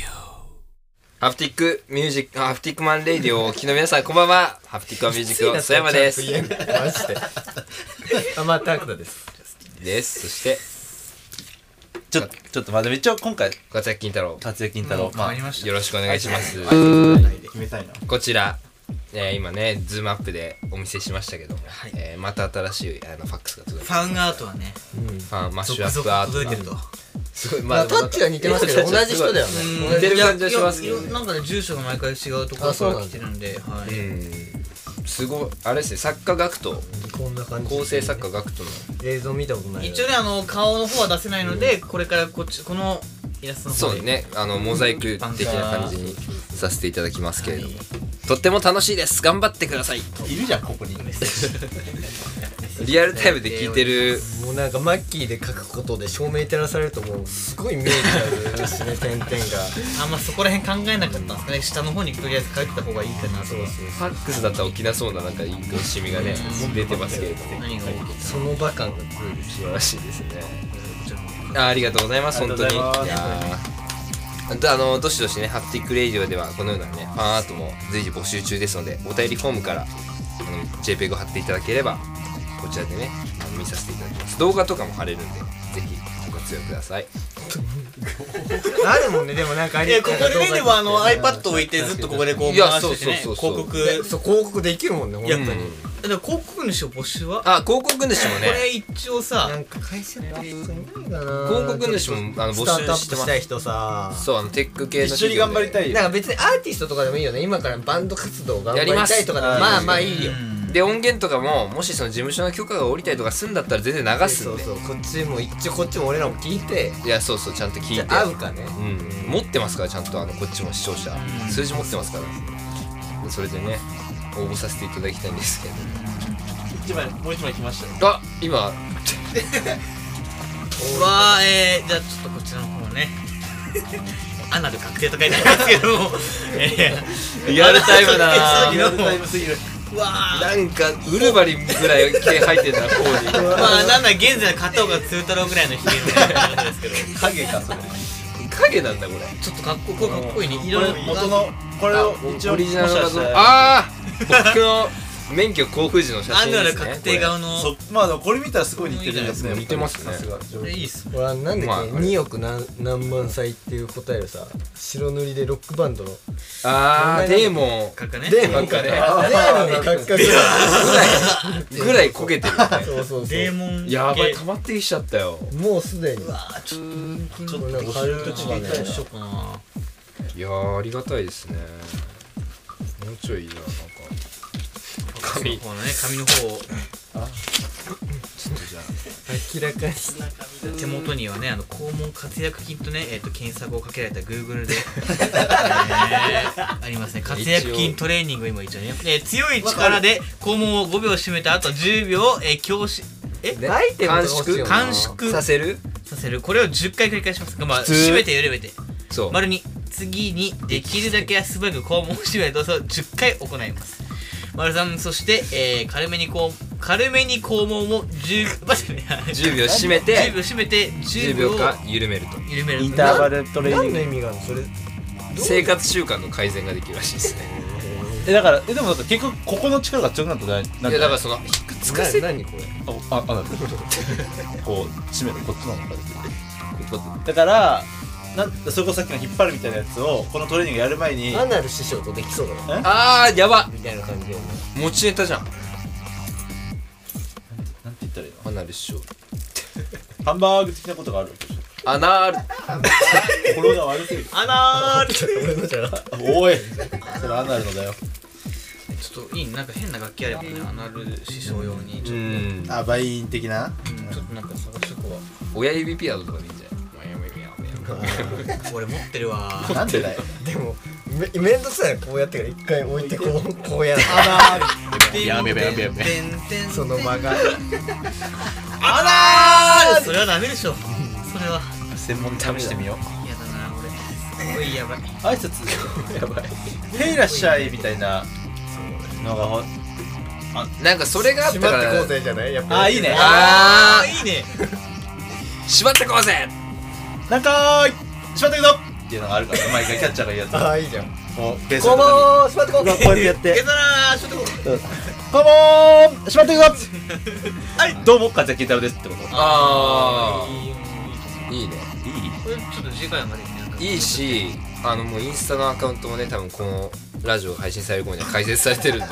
[SPEAKER 1] ハフティックミュージック、あハフティックマンレディオをお聞きの皆さん、こんばんは。ハフティックマンミュージックの曽山です。
[SPEAKER 4] マジであ末端白太です
[SPEAKER 1] です。そして、
[SPEAKER 2] ちょっと、ちょっと、まあでも一応今回、
[SPEAKER 1] 岡崎金太郎。
[SPEAKER 2] 達也金太郎、まあ、
[SPEAKER 3] まし
[SPEAKER 1] よろしくお願いします。
[SPEAKER 2] 決めたいな。
[SPEAKER 1] こちら、えー今ね、ズームアップでお見せしましたけども、えーまた新しいあのファックスが届いて
[SPEAKER 3] ファンアートはね
[SPEAKER 1] ファンマッシュアッ
[SPEAKER 3] 続
[SPEAKER 1] プア
[SPEAKER 3] 々
[SPEAKER 1] ート
[SPEAKER 3] 届い
[SPEAKER 1] が
[SPEAKER 3] てると
[SPEAKER 1] すごい、ま
[SPEAKER 4] ま
[SPEAKER 1] あ
[SPEAKER 4] あタッチは似てますけど同じ人だよね
[SPEAKER 1] 似てる感じはしますけど
[SPEAKER 3] いやいやなんかね住所が毎回違うところ
[SPEAKER 4] あそう
[SPEAKER 3] か
[SPEAKER 4] な
[SPEAKER 3] ら
[SPEAKER 4] んだ
[SPEAKER 3] 来てるんでは
[SPEAKER 1] う
[SPEAKER 3] い
[SPEAKER 1] んすごいあれですね作家学徒
[SPEAKER 4] こんな感じ
[SPEAKER 1] 構成作家学徒の
[SPEAKER 4] 映像見たことない
[SPEAKER 3] 一応ねあの顔の方は出せないのでこれからこっちこのイラストの方
[SPEAKER 1] そう
[SPEAKER 3] で
[SPEAKER 1] ねあのモザイク的な感じにさせていただきますけれどもとっても楽しいです頑張ってください
[SPEAKER 2] いるじゃん、ここに。
[SPEAKER 1] リアルタイムで聞いてる
[SPEAKER 4] もうなんかマッキーで書くことで照明照らされるともうすごい見えちゃうしね点々が
[SPEAKER 3] あんまそこら辺考えなかったんですかね下の方にとりあえず書いてた方がいいかなとか
[SPEAKER 1] ファックスだったら起きなそうななんかインクのシミがね出てますけれども
[SPEAKER 3] 何が起きて
[SPEAKER 4] その場感が強いです
[SPEAKER 1] 素晴らしいですねあありがとうございます本当にいや
[SPEAKER 2] ありが
[SPEAKER 1] ーであのどしどしねハプティックレイディオではこのようなねファンアートも随時募集中ですのでお便りフォームからあの JPEG を貼っていただければこちらでねあの見させていただきます動画とかも貼れるんでぜひご活用ください
[SPEAKER 4] あるもんねでもなんかあ
[SPEAKER 3] い
[SPEAKER 4] り
[SPEAKER 3] やここでねでもあの
[SPEAKER 4] なんか
[SPEAKER 3] iPad 置いてずっとここでこう
[SPEAKER 1] いや
[SPEAKER 3] 回しててね
[SPEAKER 1] そうそうそ
[SPEAKER 3] 広
[SPEAKER 1] うそう
[SPEAKER 3] 告
[SPEAKER 4] そう広告できるもんね本当
[SPEAKER 3] いや
[SPEAKER 4] に
[SPEAKER 3] だから広告主を募集は
[SPEAKER 1] あ広告主も
[SPEAKER 3] こ
[SPEAKER 1] ね
[SPEAKER 3] れ一応さ
[SPEAKER 4] なんか会社っていないかな
[SPEAKER 1] 広告主もあの募
[SPEAKER 4] スタート
[SPEAKER 1] 集
[SPEAKER 4] ア
[SPEAKER 1] して
[SPEAKER 4] ッ
[SPEAKER 1] ま
[SPEAKER 4] プした
[SPEAKER 1] す
[SPEAKER 4] い人さ
[SPEAKER 1] そうあのテック系の
[SPEAKER 2] 一緒に頑張りた
[SPEAKER 1] い
[SPEAKER 2] いよ
[SPEAKER 4] なん。か別にアーティストとかでもいいよね今からバンド活動頑張りたいとかでも
[SPEAKER 2] やります
[SPEAKER 4] まあまあいいよ
[SPEAKER 1] で音源とかももしその事務所の許可が下りたりとかするんだったら全然流す
[SPEAKER 4] そ
[SPEAKER 1] ん
[SPEAKER 4] う
[SPEAKER 1] で
[SPEAKER 4] そうこっちも一応こっちも俺らも聞いて
[SPEAKER 1] いやそうそうちゃんと聞い
[SPEAKER 4] じ
[SPEAKER 1] て
[SPEAKER 4] ゃあ合うかね
[SPEAKER 1] うん、持ってますからちゃんとあのこっちも視聴者数字持ってますからそれでね応募させていただきたいんですけ
[SPEAKER 2] 一枚、もう一枚来ましたよ。
[SPEAKER 1] どあ今
[SPEAKER 3] わあえー、じゃあちょっとこちらの方ね アナル確定と書いてありますけども えー
[SPEAKER 1] リアルタイムだ
[SPEAKER 3] ア
[SPEAKER 1] な
[SPEAKER 2] リ
[SPEAKER 3] ナ
[SPEAKER 2] ア
[SPEAKER 3] ル
[SPEAKER 2] ル
[SPEAKER 3] 確定
[SPEAKER 2] タ
[SPEAKER 3] す
[SPEAKER 2] イ
[SPEAKER 3] ぎ
[SPEAKER 2] ムすぎる。
[SPEAKER 3] るわ あ
[SPEAKER 1] なんかウルバリンぐらい毛入ってたな方に
[SPEAKER 3] まあなんなら現在の片岡通太郎ぐらいのひげみたいなことですけど
[SPEAKER 2] 影か、それ。
[SPEAKER 1] 影なんだこれ
[SPEAKER 3] ちょっとかっここれかっこいいね
[SPEAKER 2] こ
[SPEAKER 3] 色々
[SPEAKER 2] れ元の、これを一応、
[SPEAKER 1] オリジナルの画像
[SPEAKER 2] あ
[SPEAKER 1] ああ僕の免許交付時の写
[SPEAKER 3] ア
[SPEAKER 1] 真
[SPEAKER 3] ナ
[SPEAKER 1] で
[SPEAKER 3] ル
[SPEAKER 1] すね
[SPEAKER 3] 確定
[SPEAKER 1] こ
[SPEAKER 3] 顔の
[SPEAKER 2] そまあでもこれ見たらすごい似てるんですね。
[SPEAKER 1] 似てますね
[SPEAKER 2] さが
[SPEAKER 3] これいいっすね
[SPEAKER 4] 俺はなん
[SPEAKER 1] まあ
[SPEAKER 4] だ
[SPEAKER 1] あ
[SPEAKER 4] っ
[SPEAKER 1] れ
[SPEAKER 4] け2億何何万歳っていう答えをさ白塗りでロックバンドの
[SPEAKER 1] れああデーモ
[SPEAKER 3] かっかね
[SPEAKER 4] デーモ
[SPEAKER 1] なん
[SPEAKER 4] ン
[SPEAKER 1] か
[SPEAKER 4] か
[SPEAKER 1] ね
[SPEAKER 4] ねデーモンに格好
[SPEAKER 1] ンぐらい焦げてるよ ね
[SPEAKER 4] そうそう
[SPEAKER 3] デー
[SPEAKER 4] そ
[SPEAKER 3] モン
[SPEAKER 1] やばい
[SPEAKER 3] 系
[SPEAKER 1] 溜まってきちゃったよ
[SPEAKER 4] うもうすでに
[SPEAKER 3] あーちょっと
[SPEAKER 4] ちょっと
[SPEAKER 3] どうしようかな
[SPEAKER 8] いやーありがたいですねもうちょいじゃあなんか
[SPEAKER 3] 紙の方のね紙の方を
[SPEAKER 8] ちょっとじゃあ
[SPEAKER 4] 明らかにし
[SPEAKER 3] 手元にはねあの肛門活躍菌とね、えー、と検索をかけられた Google で、えーありますね活躍菌トレーニングを今一応ね、えー強い力で肛門を5秒締めた後10秒、えー、強しえ
[SPEAKER 4] てないって
[SPEAKER 1] 短縮
[SPEAKER 3] 短縮
[SPEAKER 1] さ
[SPEAKER 3] さ
[SPEAKER 1] せる
[SPEAKER 3] せるこれを10回繰り返しますまあ
[SPEAKER 1] 通
[SPEAKER 3] 締めて緩めて
[SPEAKER 1] そう
[SPEAKER 3] 丸に次にできるだけ素早く肛門を締める動作を10回行います丸さんそして、えー軽めにこう軽めに肛門を10待ってね
[SPEAKER 1] 10秒締め
[SPEAKER 3] 10
[SPEAKER 1] て
[SPEAKER 3] 秒締めて10
[SPEAKER 1] 10
[SPEAKER 3] 秒
[SPEAKER 1] 秒間緩めると
[SPEAKER 3] 緩める
[SPEAKER 2] インターバルトレーニン
[SPEAKER 4] 何の
[SPEAKER 2] グ
[SPEAKER 4] 意味があるのそれ
[SPEAKER 1] 生活習慣の改善ができるらしいですね
[SPEAKER 2] えだからえでもだって結局ここの力が強くなったんじゃないなんじゃ
[SPEAKER 1] い
[SPEAKER 2] な
[SPEAKER 1] や
[SPEAKER 2] い
[SPEAKER 1] だからそのひくつかせ
[SPEAKER 4] な何これ
[SPEAKER 2] あああなるほどこう締めるこっちの方
[SPEAKER 1] こ
[SPEAKER 2] が
[SPEAKER 1] こ
[SPEAKER 2] だからなんそれこそさっきの引っ張るみたいなやつをこのトレーニングやる前に
[SPEAKER 4] アナル師匠とできそうだな
[SPEAKER 1] あーやば
[SPEAKER 4] みたいな感じで
[SPEAKER 1] 持ちネタじゃん
[SPEAKER 2] なんて言ったらいい
[SPEAKER 1] アナル師匠
[SPEAKER 2] のハンバーグ的なことがあるわけでしょ
[SPEAKER 1] アナール
[SPEAKER 2] 心が悪すぎる
[SPEAKER 3] あなー
[SPEAKER 4] 俺のじゃな
[SPEAKER 2] おいそれアナルのだよ
[SPEAKER 3] ちょっといいなんか変な楽器あればねアナル師匠用にちょっ
[SPEAKER 1] うん
[SPEAKER 2] あバイン的な
[SPEAKER 3] と、うんちょっとなんか探しとこう
[SPEAKER 1] 親指ピアノとかでいいんじゃない
[SPEAKER 3] 俺持ってるわ
[SPEAKER 2] なんでだよ
[SPEAKER 4] でもめめんどくさいなこうやってから一回 置いてこうこうやる
[SPEAKER 2] やべやべやべやべ
[SPEAKER 3] てんてん
[SPEAKER 4] その間が
[SPEAKER 3] あらーそれはダメでしょそれは
[SPEAKER 2] 専門に試して みよう
[SPEAKER 3] 嫌だな俺おいやばい
[SPEAKER 2] 挨拶やばい「へいらっしゃい」みたいなのがほ
[SPEAKER 1] なんかそれがあっ
[SPEAKER 4] 閉
[SPEAKER 1] た
[SPEAKER 4] ま
[SPEAKER 1] か
[SPEAKER 4] ってこ
[SPEAKER 1] ら
[SPEAKER 4] うぜじゃないやっぱ
[SPEAKER 2] あいいね
[SPEAKER 1] あ
[SPEAKER 3] あいいね
[SPEAKER 1] ー縛ってこうぜ
[SPEAKER 2] なんかーいしまってくぞっていうのがあるから毎回キャッチャーがいいやつ
[SPEAKER 4] ああいいじゃん
[SPEAKER 2] こうベースの
[SPEAKER 4] こんばん
[SPEAKER 2] 中
[SPEAKER 4] は座ってこう
[SPEAKER 2] にこうやってやって
[SPEAKER 3] えだなーちょっとこ
[SPEAKER 2] こんばんはしまってくぞはいどうも風金太郎ですってこと
[SPEAKER 1] あ
[SPEAKER 3] ういいよ
[SPEAKER 1] ーいいね
[SPEAKER 3] これちょっと次回までになんか
[SPEAKER 1] いいしあのもうインスタのアカウントもね多分このラジオ配信される頃には解説されてるんで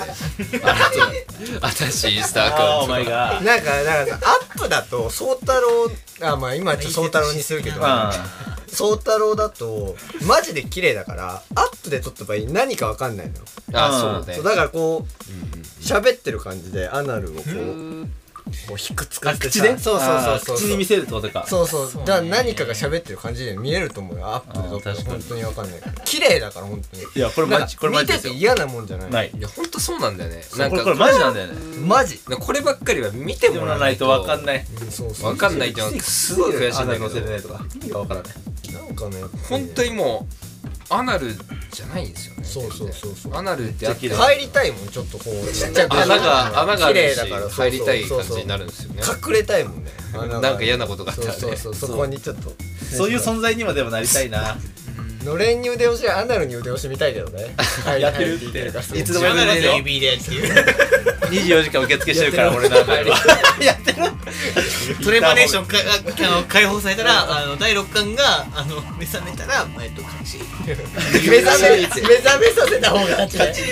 [SPEAKER 1] あの新しいインスタアカウ
[SPEAKER 2] あ
[SPEAKER 1] ン
[SPEAKER 2] お
[SPEAKER 1] トが
[SPEAKER 2] 前が
[SPEAKER 4] なんかだからさアップだと宗太郎あまあ今ちょっと宗太郎にするけど
[SPEAKER 2] う
[SPEAKER 4] 宗太郎だとマジで綺麗だからアップで撮った場合何かわかんないのよ
[SPEAKER 1] あ
[SPEAKER 2] うん
[SPEAKER 1] そうね
[SPEAKER 4] そうだからこう
[SPEAKER 1] うんうん
[SPEAKER 4] 喋ってる感じでアナルをこうこうひっくつかってさそうそうそうそう
[SPEAKER 2] 口に見せるってことか
[SPEAKER 4] そうそうだから何かが喋ってる感じで見えると思うよアップで撮ったら
[SPEAKER 2] あー確か
[SPEAKER 4] 本
[SPEAKER 2] に
[SPEAKER 4] 当にわかんないから綺麗だから本当に
[SPEAKER 2] いやこれ
[SPEAKER 4] なん
[SPEAKER 2] マ
[SPEAKER 4] か
[SPEAKER 2] ジこれマジで
[SPEAKER 4] 見て
[SPEAKER 2] す
[SPEAKER 4] て
[SPEAKER 2] よ
[SPEAKER 4] 嫌なもんじゃない
[SPEAKER 2] ない
[SPEAKER 1] いやほんとそうなんだよね
[SPEAKER 2] そ
[SPEAKER 1] な
[SPEAKER 2] うんこ
[SPEAKER 1] か
[SPEAKER 2] れこれマジなんだよね
[SPEAKER 4] マジ
[SPEAKER 1] こればっかりは見て
[SPEAKER 2] で
[SPEAKER 1] も
[SPEAKER 2] も
[SPEAKER 1] らわ
[SPEAKER 2] らわ
[SPEAKER 1] な
[SPEAKER 2] ないい
[SPEAKER 1] と
[SPEAKER 2] とわかん
[SPEAKER 1] い
[SPEAKER 2] ない
[SPEAKER 4] うんそうそう
[SPEAKER 1] わかんないってのはすごい悔しいんだ
[SPEAKER 2] アナル乗
[SPEAKER 1] け
[SPEAKER 2] せれ
[SPEAKER 1] ど
[SPEAKER 2] ないとか意味がわからない
[SPEAKER 4] なんかね
[SPEAKER 1] 本当にもうアナルじゃないんですよね
[SPEAKER 4] そうそうそうそう
[SPEAKER 1] アナルってあって
[SPEAKER 2] じゃ
[SPEAKER 4] 入りたいもんちょっとこうちっちゃく
[SPEAKER 1] 穴が穴があ
[SPEAKER 4] 綺
[SPEAKER 1] る
[SPEAKER 4] 麗
[SPEAKER 1] し
[SPEAKER 4] だからそうそう
[SPEAKER 1] 入りたい感じにな
[SPEAKER 4] る
[SPEAKER 1] るんですよね
[SPEAKER 4] 隠れたいもんね穴が
[SPEAKER 1] なんか嫌なことがあったら
[SPEAKER 4] そう
[SPEAKER 1] ね
[SPEAKER 4] そうそうそこにちょっと
[SPEAKER 2] そういう存在にもでもなりたいな
[SPEAKER 4] のれんに腕押しアナルに腕押しみたいけど ね
[SPEAKER 2] やってる
[SPEAKER 4] 入
[SPEAKER 2] っ
[SPEAKER 4] り
[SPEAKER 2] て
[SPEAKER 4] たいからそう
[SPEAKER 2] いつでも
[SPEAKER 3] 自
[SPEAKER 2] やめ
[SPEAKER 3] 分の
[SPEAKER 2] れるよ
[SPEAKER 3] 指でっていう
[SPEAKER 2] 24時間受付してるから俺のアナルは やってる
[SPEAKER 3] トレマネーションかああの解放されたらあの第6巻があの目覚めたらえっと隠し
[SPEAKER 4] 目覚め目覚めさせた方が勝ちね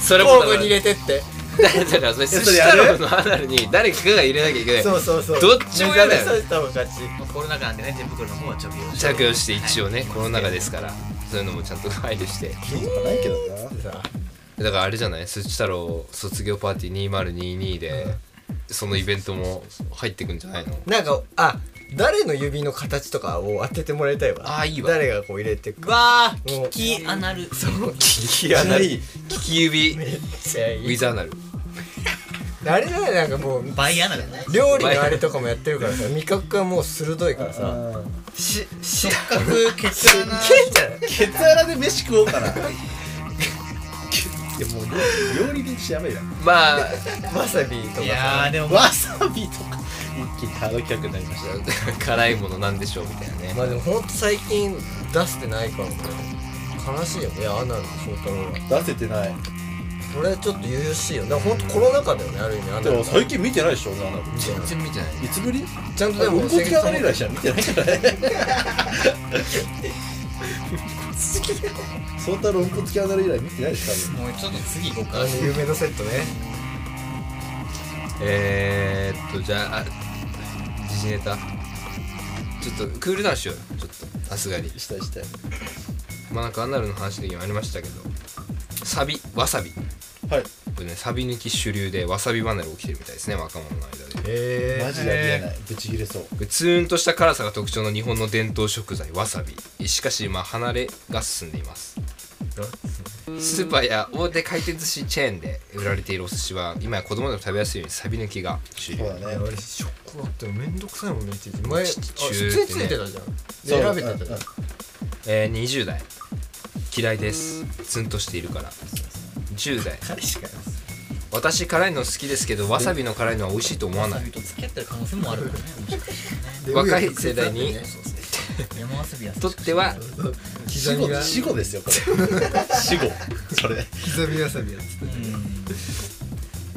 [SPEAKER 1] それもだか
[SPEAKER 4] 交互
[SPEAKER 1] ら
[SPEAKER 4] に入れてって
[SPEAKER 1] だからそれ寿司太郎のアナルに誰かが入れなきゃいけない
[SPEAKER 4] そうそうそう
[SPEAKER 1] どっちも
[SPEAKER 4] 目
[SPEAKER 1] 嫌
[SPEAKER 4] 覚め
[SPEAKER 1] だよ
[SPEAKER 4] させた方が勝ち
[SPEAKER 3] まあコロナ禍なんでね手袋の方は着用して
[SPEAKER 1] 着用して一応ねコロナ禍ですからそういうのもちゃんと配慮して
[SPEAKER 2] ないけどな
[SPEAKER 1] だ
[SPEAKER 4] さ
[SPEAKER 1] からあれじゃない寿司太郎卒業パーティー2022でそのイベントも入ってくんじゃないの
[SPEAKER 4] なんかあ誰の指の形とかを当ててもらいたいわ
[SPEAKER 1] あーいいわ
[SPEAKER 4] 誰がこう入れてく
[SPEAKER 3] うわー
[SPEAKER 4] もう
[SPEAKER 3] キーアナル
[SPEAKER 1] 利きアナル利き指ウ
[SPEAKER 4] めっちゃい
[SPEAKER 1] ィ
[SPEAKER 4] い
[SPEAKER 1] ザーナル
[SPEAKER 4] あれだねなんかもう
[SPEAKER 3] バイアナルね
[SPEAKER 4] 料理のあれとかもやってるからさ味覚がもう鋭いからさしし
[SPEAKER 3] 触覚ケツアナ
[SPEAKER 4] けんじゃない
[SPEAKER 2] ケツアラで飯食おうかないやもう料理でやべえな
[SPEAKER 1] まあ
[SPEAKER 4] わさびとか
[SPEAKER 3] い
[SPEAKER 4] さ
[SPEAKER 3] やーでも
[SPEAKER 2] わさびとか一気にハード企画になりまし
[SPEAKER 1] 辛いものなんでしょうみたいなね
[SPEAKER 4] まあでもほんと最近出してないからね悲しいよねアナルと翔太郎は
[SPEAKER 2] た出せてない
[SPEAKER 4] これちょっと優々しいよだからほんとコロナ禍だよねある意味アナ
[SPEAKER 2] で
[SPEAKER 4] ル
[SPEAKER 2] も最近見てないでしょ俺あの
[SPEAKER 1] 全然見てない
[SPEAKER 2] いつぶり
[SPEAKER 4] ちゃんとで
[SPEAKER 2] でも
[SPEAKER 4] も
[SPEAKER 2] うんこつき上がり以来じゃん見てないからねソータロうんこつき上がり以来見てないでしょ
[SPEAKER 3] もうちょっと次行こうか
[SPEAKER 4] あの有名なセットね
[SPEAKER 1] えー、っとじゃああ時事ネタちょっとクールダウンしようよちょっとさすがに
[SPEAKER 2] 多分したいしたい
[SPEAKER 1] まあなんかアナルの話の時もありましたけどサビわさび
[SPEAKER 2] はい
[SPEAKER 1] これねサビ抜き主流でわさび離れ起きてるみたいですね若者の間で
[SPEAKER 4] え
[SPEAKER 2] マジでありえないぶち切れそう
[SPEAKER 1] これツーンとした辛さが特徴の日本の伝統食材わさびしかし今離れが進んでいますスーパーや大手回転寿司チェーンで売られているお寿司は今や子供でも食べやすいようにサビ抜きが主流
[SPEAKER 2] そうだね
[SPEAKER 4] 俺ショックだってめんどくさいもんねいちいち前あ
[SPEAKER 1] ちちゅうってね
[SPEAKER 4] 出演ついてたじゃ
[SPEAKER 2] そ
[SPEAKER 4] ん
[SPEAKER 2] う
[SPEAKER 4] 選べてたじ
[SPEAKER 2] うん
[SPEAKER 4] ゃ
[SPEAKER 2] うん
[SPEAKER 4] ん
[SPEAKER 1] えー、20代嫌いですツンとしているから10代私辛いの好きですけどわさびの辛いのは美味しいと思わない
[SPEAKER 3] と付き合ってる可能性もあるからねもしかしたらね
[SPEAKER 1] 若い世代に
[SPEAKER 3] 山遊びや
[SPEAKER 1] とっては
[SPEAKER 2] 死
[SPEAKER 4] 刻み
[SPEAKER 2] 後
[SPEAKER 4] が
[SPEAKER 2] 死後ですよこれ 死後それ
[SPEAKER 4] 刻みわさびやつ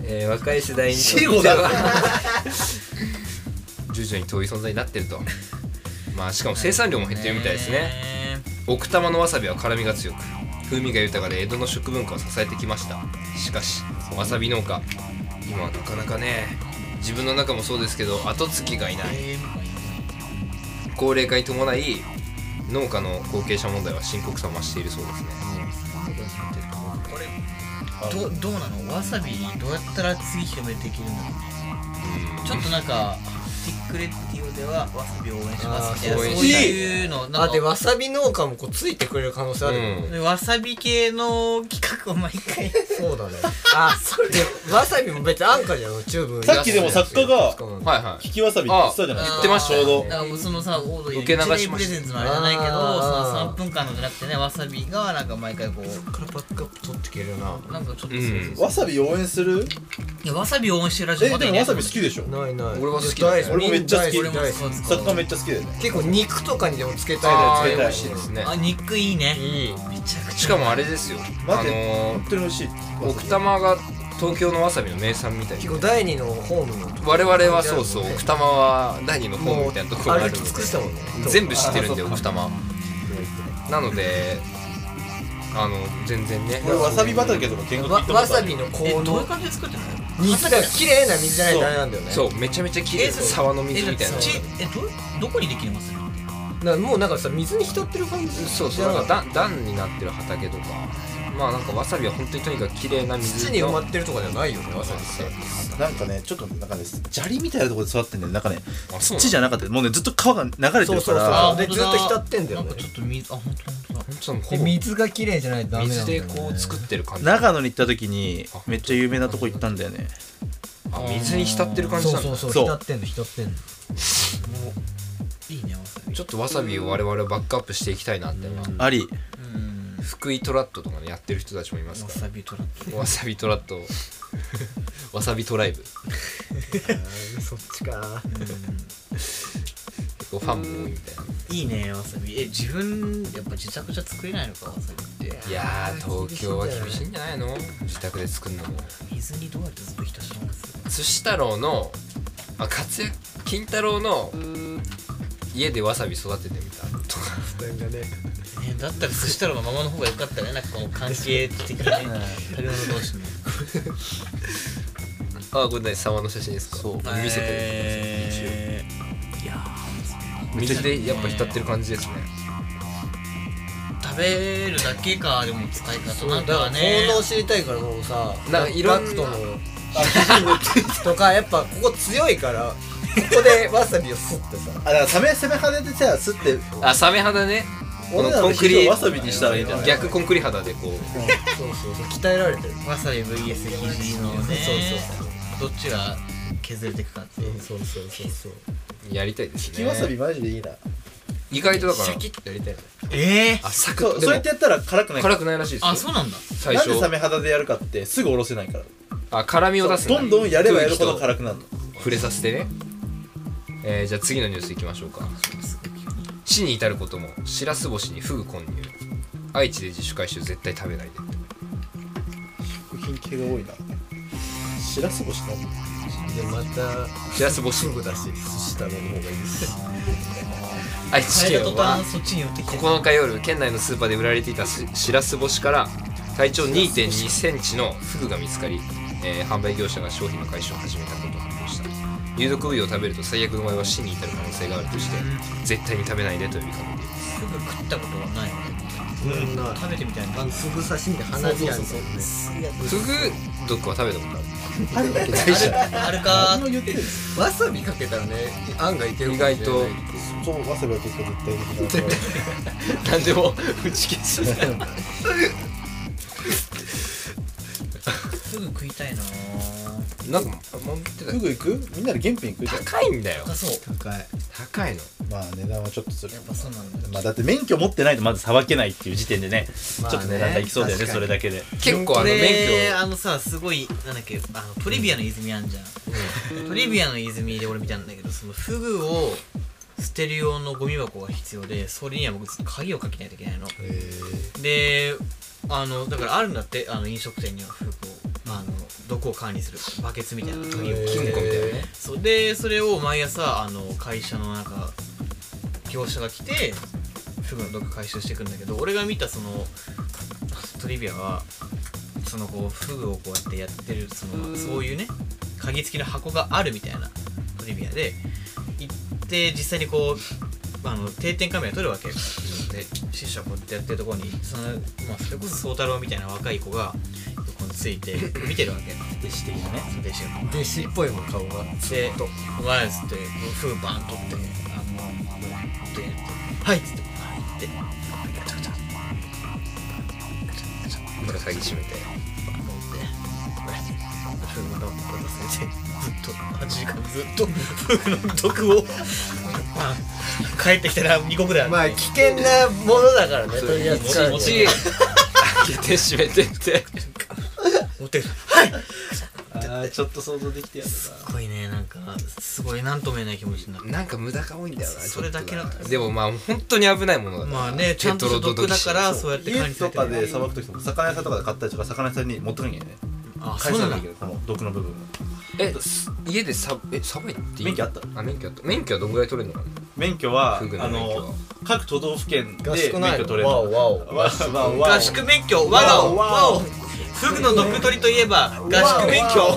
[SPEAKER 1] えー若い世代にと
[SPEAKER 2] 死後だ
[SPEAKER 1] っては 徐々に遠い存在になってるとまあしかも生産量も減ってるみたいですね奥多摩のわさびは辛みが強く風味が豊かで江戸の食文化を支えてきましたしかしわさび農家今はなかなかね自分の中もそうですけど後継ぎがいない高齢化に伴い農家の後継者問題は深刻さを増しているそうですね
[SPEAKER 3] どどうなのわさびどうやったら次広めていけるんだろうねちょっとなんかティックレッティオではわさびを応援しますみ
[SPEAKER 1] あー
[SPEAKER 3] たいなそう
[SPEAKER 1] 応援したい
[SPEAKER 3] いうのな
[SPEAKER 4] あ
[SPEAKER 3] ん
[SPEAKER 4] で
[SPEAKER 3] か
[SPEAKER 4] わさび農家もこうついてくれる可能性あ
[SPEAKER 1] う
[SPEAKER 4] るよ
[SPEAKER 1] ん、
[SPEAKER 4] ね
[SPEAKER 1] うん
[SPEAKER 3] わさび系の企画を毎 回
[SPEAKER 4] そうだねあそれでわさびも別に安価じゃんチューブ
[SPEAKER 2] さっきでも作家が
[SPEAKER 4] は
[SPEAKER 1] はいは
[SPEAKER 2] 引きわさびって言ってたじゃない
[SPEAKER 1] あ
[SPEAKER 2] ですか
[SPEAKER 1] 言ってました
[SPEAKER 2] ちょうど
[SPEAKER 3] だからそのさオードリーの
[SPEAKER 1] 受け流しました
[SPEAKER 3] 一年プレゼンツのあれじゃないけどその
[SPEAKER 4] あー
[SPEAKER 3] 3分間のじゃなくてねわさびがなんか毎回こう
[SPEAKER 4] からバックアップ取ってけるな
[SPEAKER 3] なんかちょ
[SPEAKER 1] う
[SPEAKER 3] っとそうそうそうん
[SPEAKER 2] わさび応援する
[SPEAKER 3] いやわさび応援してるラジ
[SPEAKER 2] え
[SPEAKER 3] オまだ
[SPEAKER 2] で
[SPEAKER 3] い
[SPEAKER 2] も
[SPEAKER 3] ない
[SPEAKER 2] わさび好きでしょ
[SPEAKER 4] ないない
[SPEAKER 1] 俺は好き
[SPEAKER 4] いや
[SPEAKER 1] だ
[SPEAKER 4] 大
[SPEAKER 1] よ
[SPEAKER 4] 好き
[SPEAKER 2] 俺もめっちゃ好き
[SPEAKER 4] 大
[SPEAKER 3] 俺も
[SPEAKER 4] 好き
[SPEAKER 3] そうです
[SPEAKER 2] 作家めっちゃ好きだよね
[SPEAKER 4] 結構肉とかにでもつけた
[SPEAKER 1] あ
[SPEAKER 4] い
[SPEAKER 1] ー美
[SPEAKER 4] やつ美
[SPEAKER 1] 味
[SPEAKER 4] 味
[SPEAKER 1] し
[SPEAKER 4] し
[SPEAKER 1] い
[SPEAKER 4] い
[SPEAKER 1] で
[SPEAKER 4] ですす
[SPEAKER 1] ね
[SPEAKER 3] あ肉いいね
[SPEAKER 4] いい
[SPEAKER 3] めちゃくちゃ
[SPEAKER 1] しかもあれですよあ
[SPEAKER 2] 待って
[SPEAKER 1] の
[SPEAKER 2] 本当に美味しい
[SPEAKER 1] ー、奥多摩が東京のわさびの名産みたいで
[SPEAKER 4] 結構第二のホームの
[SPEAKER 1] 我々はそうそう奥多摩は第二のホームみたいなところがあ
[SPEAKER 4] 歩
[SPEAKER 1] る
[SPEAKER 4] き
[SPEAKER 1] の
[SPEAKER 4] 尽く
[SPEAKER 1] で
[SPEAKER 4] したもんね
[SPEAKER 1] 全部知ってるんで奥多摩なのであの全然ね
[SPEAKER 2] 俺わさび畑とか見学行
[SPEAKER 4] わ
[SPEAKER 2] ったことある
[SPEAKER 4] わさびの効
[SPEAKER 3] えどうい
[SPEAKER 4] 能
[SPEAKER 3] う感じで作ってんの
[SPEAKER 4] 水だから綺麗な水じゃないとダメなんだよね
[SPEAKER 1] そうめちゃめちゃ綺麗
[SPEAKER 3] え
[SPEAKER 1] な沢の水みたいな
[SPEAKER 3] えじゃあ土えどうどこにできます
[SPEAKER 4] なもうなんかさ水に浸ってる感じ
[SPEAKER 1] そうそうなんか段段になってる畑とかまあなんかわさびは本当にとにかく綺麗な水
[SPEAKER 4] 土に埋まってるとかじゃないよねわさびって
[SPEAKER 2] なんかねちょっとなんかね砂利みたいなところで育ってんだよなんかね
[SPEAKER 1] あそうな
[SPEAKER 2] 土じゃなかったもうねずっと川が流れてるか
[SPEAKER 4] あ
[SPEAKER 2] ら
[SPEAKER 4] ーで
[SPEAKER 3] 本当だ
[SPEAKER 4] ずっと浸ってんだよね
[SPEAKER 3] なんかちょっと水あ本当本当だ
[SPEAKER 1] のちょっとほ
[SPEAKER 4] で
[SPEAKER 1] ぼ
[SPEAKER 4] 水が綺麗じゃないとダメなんだよ
[SPEAKER 1] 水
[SPEAKER 4] ね
[SPEAKER 1] でこう作ってる感じ
[SPEAKER 2] 長野に行った時にめっちゃ有名なとこ行ったんだよね
[SPEAKER 1] あ水に浸ってる感じ
[SPEAKER 4] そ
[SPEAKER 1] な
[SPEAKER 4] うん
[SPEAKER 1] だ
[SPEAKER 4] そうそう
[SPEAKER 2] そう
[SPEAKER 4] 浸ってんの浸ってんの
[SPEAKER 3] いいねわさび
[SPEAKER 1] ちょっとわさびを我々はバックアップしていきたいなっていうのは
[SPEAKER 2] あり
[SPEAKER 3] うん
[SPEAKER 1] 福井トラットとかねやってる人たちもいます
[SPEAKER 3] わ
[SPEAKER 1] か
[SPEAKER 3] さびトラッ
[SPEAKER 1] らわさびトラット わさびトライブ
[SPEAKER 4] そっちか
[SPEAKER 1] 結構ファンも多いみたいな
[SPEAKER 3] プいいねわさびえ自分やっぱ自宅じゃ作れないのかわさびって
[SPEAKER 1] いやー東京は厳しいんじゃないの自宅で作るのも
[SPEAKER 3] 水にどうやってずっと浸します
[SPEAKER 1] 寿司太郎のあ活躍金太郎の家でわさび育ててみたとか
[SPEAKER 4] 負担がね
[SPEAKER 3] ねだったら寿司太郎のままの方が良かったねなんかこの関係的なね食べ物同士の
[SPEAKER 1] あこれね沢の写真ですか
[SPEAKER 2] そう
[SPEAKER 1] 見せて
[SPEAKER 3] えーいや
[SPEAKER 1] る水でやっぱ浸ってる感じですね
[SPEAKER 3] ー食べるだけかでも使い方
[SPEAKER 4] だ
[SPEAKER 3] なん
[SPEAKER 4] か
[SPEAKER 3] からね
[SPEAKER 4] 効能知りたいからもうさ
[SPEAKER 1] なんかいろんな
[SPEAKER 4] ガクトの とかやっぱここ強いからここでわさびをすってさ
[SPEAKER 2] あだからサメサメ派手でさすって
[SPEAKER 1] あサメ肌ねこの
[SPEAKER 2] 俺ら
[SPEAKER 1] コ
[SPEAKER 2] の
[SPEAKER 1] ンク
[SPEAKER 2] 肘
[SPEAKER 1] リ
[SPEAKER 2] をわさびにしたらいいんじゃない
[SPEAKER 1] 逆コンクリ肌でこう
[SPEAKER 4] そうそうそう鍛えられてる
[SPEAKER 3] わさび VS 肘のね
[SPEAKER 4] そう
[SPEAKER 3] どっちが削れていくかっていう
[SPEAKER 4] そうそうそうそう
[SPEAKER 1] やりたいです
[SPEAKER 2] 引きわさ
[SPEAKER 1] ね
[SPEAKER 2] びマジでいいな
[SPEAKER 1] 意外とだから
[SPEAKER 4] やりたい
[SPEAKER 3] えー
[SPEAKER 1] あサク
[SPEAKER 2] そ
[SPEAKER 1] ッと
[SPEAKER 2] う
[SPEAKER 1] で
[SPEAKER 2] そう
[SPEAKER 1] も
[SPEAKER 2] やってやったら辛くないから
[SPEAKER 1] 辛くないらしいです
[SPEAKER 3] あ
[SPEAKER 1] よ
[SPEAKER 3] そうなんだ
[SPEAKER 1] 最
[SPEAKER 2] なん
[SPEAKER 1] 初
[SPEAKER 2] でサメ肌でやるかってすぐおろせないから
[SPEAKER 1] あ辛みを出すんだ
[SPEAKER 2] どんどんやればやるほど
[SPEAKER 1] 空気
[SPEAKER 2] 辛くなるの
[SPEAKER 1] と触れさせてねえーじゃあ次のニュースいきましょうか死に至ることもしらす干しにフグ混入愛知で自主回収絶対食べないで
[SPEAKER 2] 食品系が多いなしらす干しの
[SPEAKER 4] でまた
[SPEAKER 1] しらす干し
[SPEAKER 4] フグだし寿司食べる方がいいです
[SPEAKER 1] 愛知
[SPEAKER 3] 変えた
[SPEAKER 1] 県
[SPEAKER 3] 途
[SPEAKER 1] は
[SPEAKER 3] 端そっちに寄ってきて
[SPEAKER 1] 9日夜県内のスーパーで売られていたししらす干しから体長2 2センチのフグが見つかり、えー販売業者が商品の回収を始めたことが発表した有毒部位を食べると最悪の場合は死に至る可能性があるとして絶対に食べないでと呼びかけています
[SPEAKER 3] すぐ食ったことはないよね
[SPEAKER 4] んな
[SPEAKER 3] 食べてみたいな
[SPEAKER 4] あのふぐ刺身で花火やんそう
[SPEAKER 1] フグどっかは食べたことある
[SPEAKER 3] あるか
[SPEAKER 9] 何を言ってるんです
[SPEAKER 4] わさびかけたらね案外いける
[SPEAKER 1] 意
[SPEAKER 4] かも
[SPEAKER 1] 外
[SPEAKER 4] しれない
[SPEAKER 1] と
[SPEAKER 2] そうわさびは結構絶対的な
[SPEAKER 1] 何でも打ち消す
[SPEAKER 3] すぐ食いたいな
[SPEAKER 1] なんかあんま持ってた
[SPEAKER 2] フグ行くみんなで原品食いたい
[SPEAKER 1] 高いんだよ
[SPEAKER 3] あそう
[SPEAKER 9] かい
[SPEAKER 1] 高いの
[SPEAKER 2] まあ値段はちょっとする
[SPEAKER 3] やっぱそうなんだ
[SPEAKER 9] まあだって免許持ってないとまずさばけないっていう時点でねちょっと値段がいきそうだよねそ
[SPEAKER 4] 確か
[SPEAKER 9] れ
[SPEAKER 4] に
[SPEAKER 9] だけで
[SPEAKER 1] 結構あの免許
[SPEAKER 3] あのさすごいなんだっけあのトリビアの泉あんじゃん、トリビアの泉で俺見たんだけどそのフグを捨てる用のゴミ箱が必要でそれには僕ずっと鍵をかけないといけないのであのだからあるんだってあの飲食店にはフグをあの毒を管理するバケツみたいな鍵をかけ
[SPEAKER 1] 金
[SPEAKER 3] て
[SPEAKER 1] 庫みたいなね
[SPEAKER 3] そうでそれを毎朝あの会社のなんか業者が来てフグの毒回収していくんだけど俺が見たそのトリビアはそのこうフグをこうやってやってるそのそういうね鍵付きの箱があるみたいなトリビアで行って実際にこうあの定点カメラ撮るわけよで師匠がこうやってやってるところにその、まあ、それこそ宗太郎みたいな若い子がこうついて見てるわけ
[SPEAKER 9] 弟子的なね
[SPEAKER 3] その弟子が
[SPEAKER 4] 弟子っぽいもん顔が
[SPEAKER 3] で、お前っつって、フーバン取って、あの、で、はいっつって、はいって、ガチャガチャ
[SPEAKER 1] ぶら下ぎしめて
[SPEAKER 3] 持って、フーバンを渡されて、ずっと、8時間ずっと、フーの毒を、まあ、帰ってきたら2個ぐらいある、ね。
[SPEAKER 4] まあ危険なものだからね
[SPEAKER 1] そう
[SPEAKER 4] 取り扱う
[SPEAKER 1] 持ち開けて閉めてって
[SPEAKER 3] 持ってくる。はいす
[SPEAKER 9] あーちょっと想像できてやる
[SPEAKER 3] ごいね、なんか、すごい、なんとも言えない気持ちになる。
[SPEAKER 1] なんか無駄が多いんだよな
[SPEAKER 3] それだけだ
[SPEAKER 1] ちょっとなでもまあ本当に危ないものだから
[SPEAKER 3] まあね、ちゃんとした毒だから、そうやって
[SPEAKER 9] 家
[SPEAKER 3] 管理さ
[SPEAKER 9] と
[SPEAKER 3] れて
[SPEAKER 9] か
[SPEAKER 3] る
[SPEAKER 9] でさばくときとか魚屋さんとかで買ったりとか魚屋さんに持ってかなきゃいけないね
[SPEAKER 3] あ、
[SPEAKER 9] 返
[SPEAKER 3] そう
[SPEAKER 9] さ
[SPEAKER 3] な
[SPEAKER 9] なんきゃ
[SPEAKER 3] だ
[SPEAKER 9] いけ。ないこの毒の部分
[SPEAKER 1] えす家でさえさばいていい
[SPEAKER 9] 免許あった
[SPEAKER 1] あ免許あった免許はどんぐらい取れるのかな
[SPEAKER 9] 免許はあ
[SPEAKER 1] フグの免許は
[SPEAKER 9] の各都道府県で
[SPEAKER 4] 合
[SPEAKER 9] 免許
[SPEAKER 4] 宿ないの
[SPEAKER 9] 取れる
[SPEAKER 4] わおわお
[SPEAKER 9] わおわおわお
[SPEAKER 3] 合宿免許わらおわおフグの毒取りといえば合宿免許わ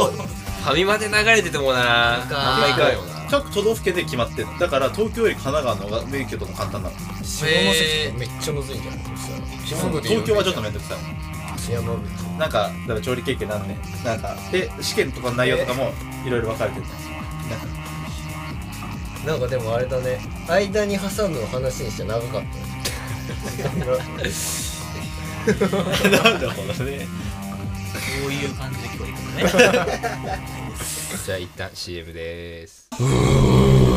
[SPEAKER 3] お
[SPEAKER 1] ファミマで流れててもな
[SPEAKER 3] っか
[SPEAKER 1] あんまいかんよな
[SPEAKER 9] 各都道府県で決まってるだから東京より神奈川の方が免許とか簡単なの
[SPEAKER 3] へー
[SPEAKER 4] めっちゃむずいんじゃないですか
[SPEAKER 9] 東京はちょっと面倒くさい
[SPEAKER 4] 山
[SPEAKER 9] なんかだから調理経験何年なんかで試験とかの内容とかもいろいろ分かれてるなんか
[SPEAKER 4] 口なんかでもあれだね間に挟む話にして長かったね
[SPEAKER 9] なんだこれね
[SPEAKER 3] こういう感じで教育だね
[SPEAKER 1] じゃあ一旦 CM でーす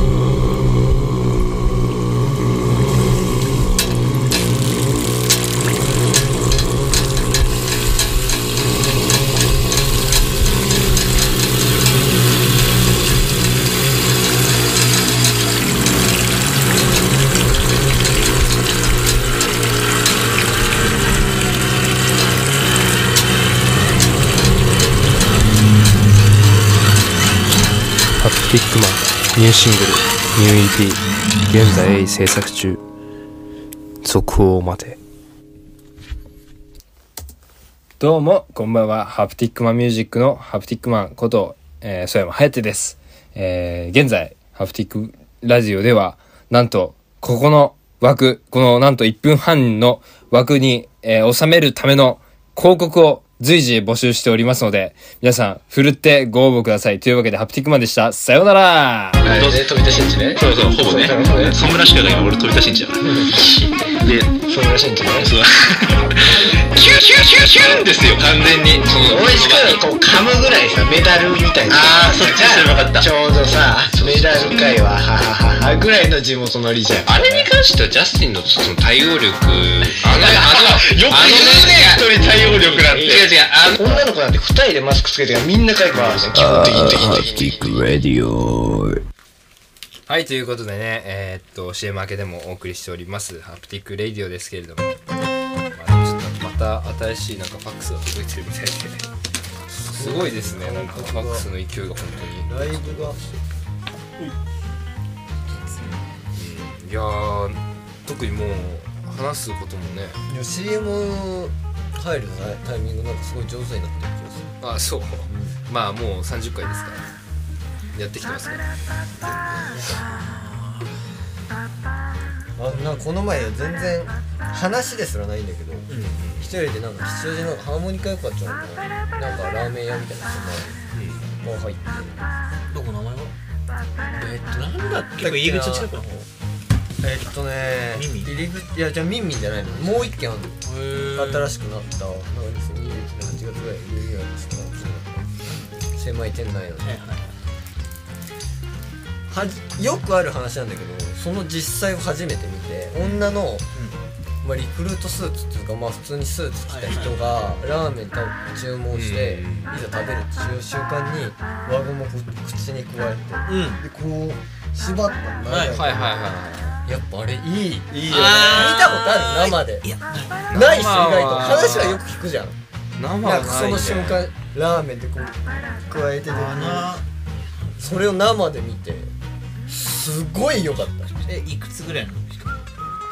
[SPEAKER 1] ハッピックマンニューシングルニュー EP 現在制作中続報を待てどうもこんばんはハプティックマンミュージックのハプティックマンこと、えー、曽山颯です、えー現在ハプティックラジオではなんとここの枠このなんと1分半の枠に、えー収めるための広告を随時募集しておりますので皆さんふるってご応募くださいというわけでハプティックマンでしたさようなら
[SPEAKER 10] そうそう、ほぼね。そんぐらいしかないから俺飛び出しんちゃう。で、そんぐらしんちゃう。そう。キューキューキューキューンですよ、完全に。その美味しくこう噛むぐらいさ、メダルみたいな。ああ、そっちそれ分かった。ちょうどさ、メダル界は、はははぐらいの地元乗りじゃん。
[SPEAKER 1] あれに関してはジャスティンのその対応力あのあの
[SPEAKER 10] よく言うね、一人対応力なん
[SPEAKER 1] 違う
[SPEAKER 10] て。
[SPEAKER 1] 違うあの
[SPEAKER 10] 女の子なんて二人でマスクつけてるからみんなかゆくなるじゃん、基本的に。
[SPEAKER 1] はいということでねえーっと CM 明けでもお送りしておりますハプティックレディオですけれども、まあ、ちょっとまた新しいなんかファックスが届いてるみたいですごいですねなんかファックスの勢いが本当
[SPEAKER 4] ライブが
[SPEAKER 1] に、うんいやー特にもう話すこともね
[SPEAKER 4] いや CM 入るタイミングなんかすごい上手になってる気がする
[SPEAKER 1] あそう、まあもう30回ですからやってきてますから
[SPEAKER 4] あなんかこの前全然話ですらないんだけど、一人でなんか吉祥寺のハーモニカよかったのかななんかラーメン屋みたいなとこが入って
[SPEAKER 3] どこ名前は
[SPEAKER 4] えっと
[SPEAKER 3] なんだっけ入り口近くの方
[SPEAKER 4] えっとね
[SPEAKER 3] ミンミン
[SPEAKER 4] 入り口いやじゃあミンミンじゃないのもう一軒あるの新しくなったなんか2021年8月ぐらいにリニューアルしたのそう狭い店内なの
[SPEAKER 3] はいはい
[SPEAKER 4] はじよくある話なんだけどその実際を初めて見て女の、まあ、リクルートスーツっていうか、まあ、普通にスーツ着た人がラーメンと注文していざ食べるっていう瞬間に輪ゴムをこう口に加え
[SPEAKER 3] うん
[SPEAKER 4] てでこう縛ったの
[SPEAKER 3] はい
[SPEAKER 4] いはいやっぱあれいい見
[SPEAKER 2] いいよね
[SPEAKER 4] たことある生で
[SPEAKER 3] いやない
[SPEAKER 4] ないし意外と話はよく聞くじゃん
[SPEAKER 1] 生
[SPEAKER 4] な
[SPEAKER 1] は
[SPEAKER 4] んか
[SPEAKER 1] な
[SPEAKER 4] そ
[SPEAKER 1] い
[SPEAKER 4] の
[SPEAKER 1] ね
[SPEAKER 4] 瞬間ラーメンでこう加えて出てくる
[SPEAKER 3] な
[SPEAKER 4] それを生で見てすごい良かった
[SPEAKER 3] えいくつぐらいの時間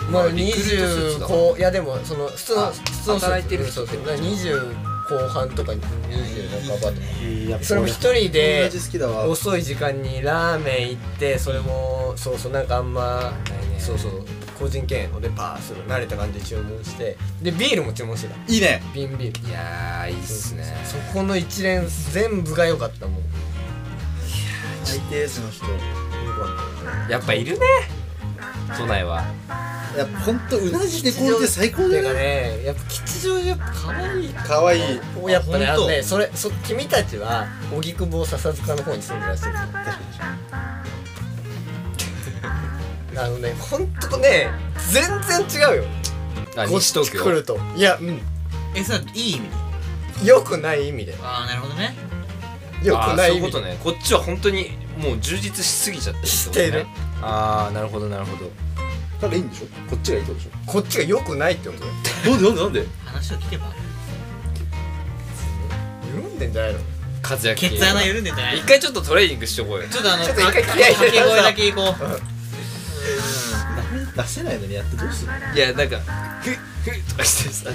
[SPEAKER 4] まあ
[SPEAKER 1] リクルートスーツ
[SPEAKER 4] 20
[SPEAKER 1] だ
[SPEAKER 4] こういやでもその普通の
[SPEAKER 1] あ
[SPEAKER 4] 普通の
[SPEAKER 1] 働いてる人
[SPEAKER 4] そうそう20後半とか20半ばとか
[SPEAKER 9] いいやっぱ
[SPEAKER 4] それも一人で
[SPEAKER 2] 同じ好きだわ
[SPEAKER 4] 遅い時間にラーメン行ってそれもそうそうなんかあんまそうそう個人経営のでパーする慣れた感じで注文してでビールも注文してた
[SPEAKER 2] いいね
[SPEAKER 4] 瓶ビール
[SPEAKER 1] いやーいいっすね
[SPEAKER 4] そこの一連全部が良かったもんよ
[SPEAKER 2] 最低数の人
[SPEAKER 4] かっ
[SPEAKER 1] やっぱいるね都内はい
[SPEAKER 2] や本当うなじでこれで最高
[SPEAKER 4] た
[SPEAKER 2] だ
[SPEAKER 4] て
[SPEAKER 2] よ
[SPEAKER 4] か
[SPEAKER 2] ね
[SPEAKER 4] ねやっぱ吉祥寺やっぱ可愛い
[SPEAKER 2] 可愛い
[SPEAKER 4] やっぱね
[SPEAKER 3] あ本
[SPEAKER 4] あ
[SPEAKER 3] 当
[SPEAKER 4] のねそれそ君たちは荻窪笹塚の方に住んでらっしゃるあのねほんとね全然違うよ
[SPEAKER 1] あ
[SPEAKER 4] こっ
[SPEAKER 1] 西
[SPEAKER 4] ち
[SPEAKER 1] 東京
[SPEAKER 4] 来るといやうん
[SPEAKER 3] えそれはいい意味で
[SPEAKER 4] よくない意味で
[SPEAKER 3] ああなるほどね
[SPEAKER 4] よ
[SPEAKER 1] あ
[SPEAKER 4] く
[SPEAKER 1] ー
[SPEAKER 4] な
[SPEAKER 1] そうい
[SPEAKER 4] い意
[SPEAKER 1] うこ
[SPEAKER 4] 味
[SPEAKER 1] と
[SPEAKER 4] で
[SPEAKER 1] ねこっちは本当にもう充実しすぎちゃってるってこと
[SPEAKER 4] して
[SPEAKER 1] ね
[SPEAKER 4] る
[SPEAKER 1] ああなるほどなるほど
[SPEAKER 2] ただいいんでしょこっちがいいってことでし
[SPEAKER 4] こっちがよくないってことだよ
[SPEAKER 2] ょなんでなんでなんで
[SPEAKER 3] 話を聞けば
[SPEAKER 4] 緩んでんじゃないの
[SPEAKER 1] 活躍系
[SPEAKER 3] ケツ穴緩んでんじゃない
[SPEAKER 1] 一回ちょっとトレーニングしとこうよ
[SPEAKER 3] ちょっとあの
[SPEAKER 4] ちょっと一回
[SPEAKER 3] 掛
[SPEAKER 4] 切り合い
[SPEAKER 3] け声だけいこう
[SPEAKER 2] 出せないのにやってどうする
[SPEAKER 1] いやなんかふふとかしてさ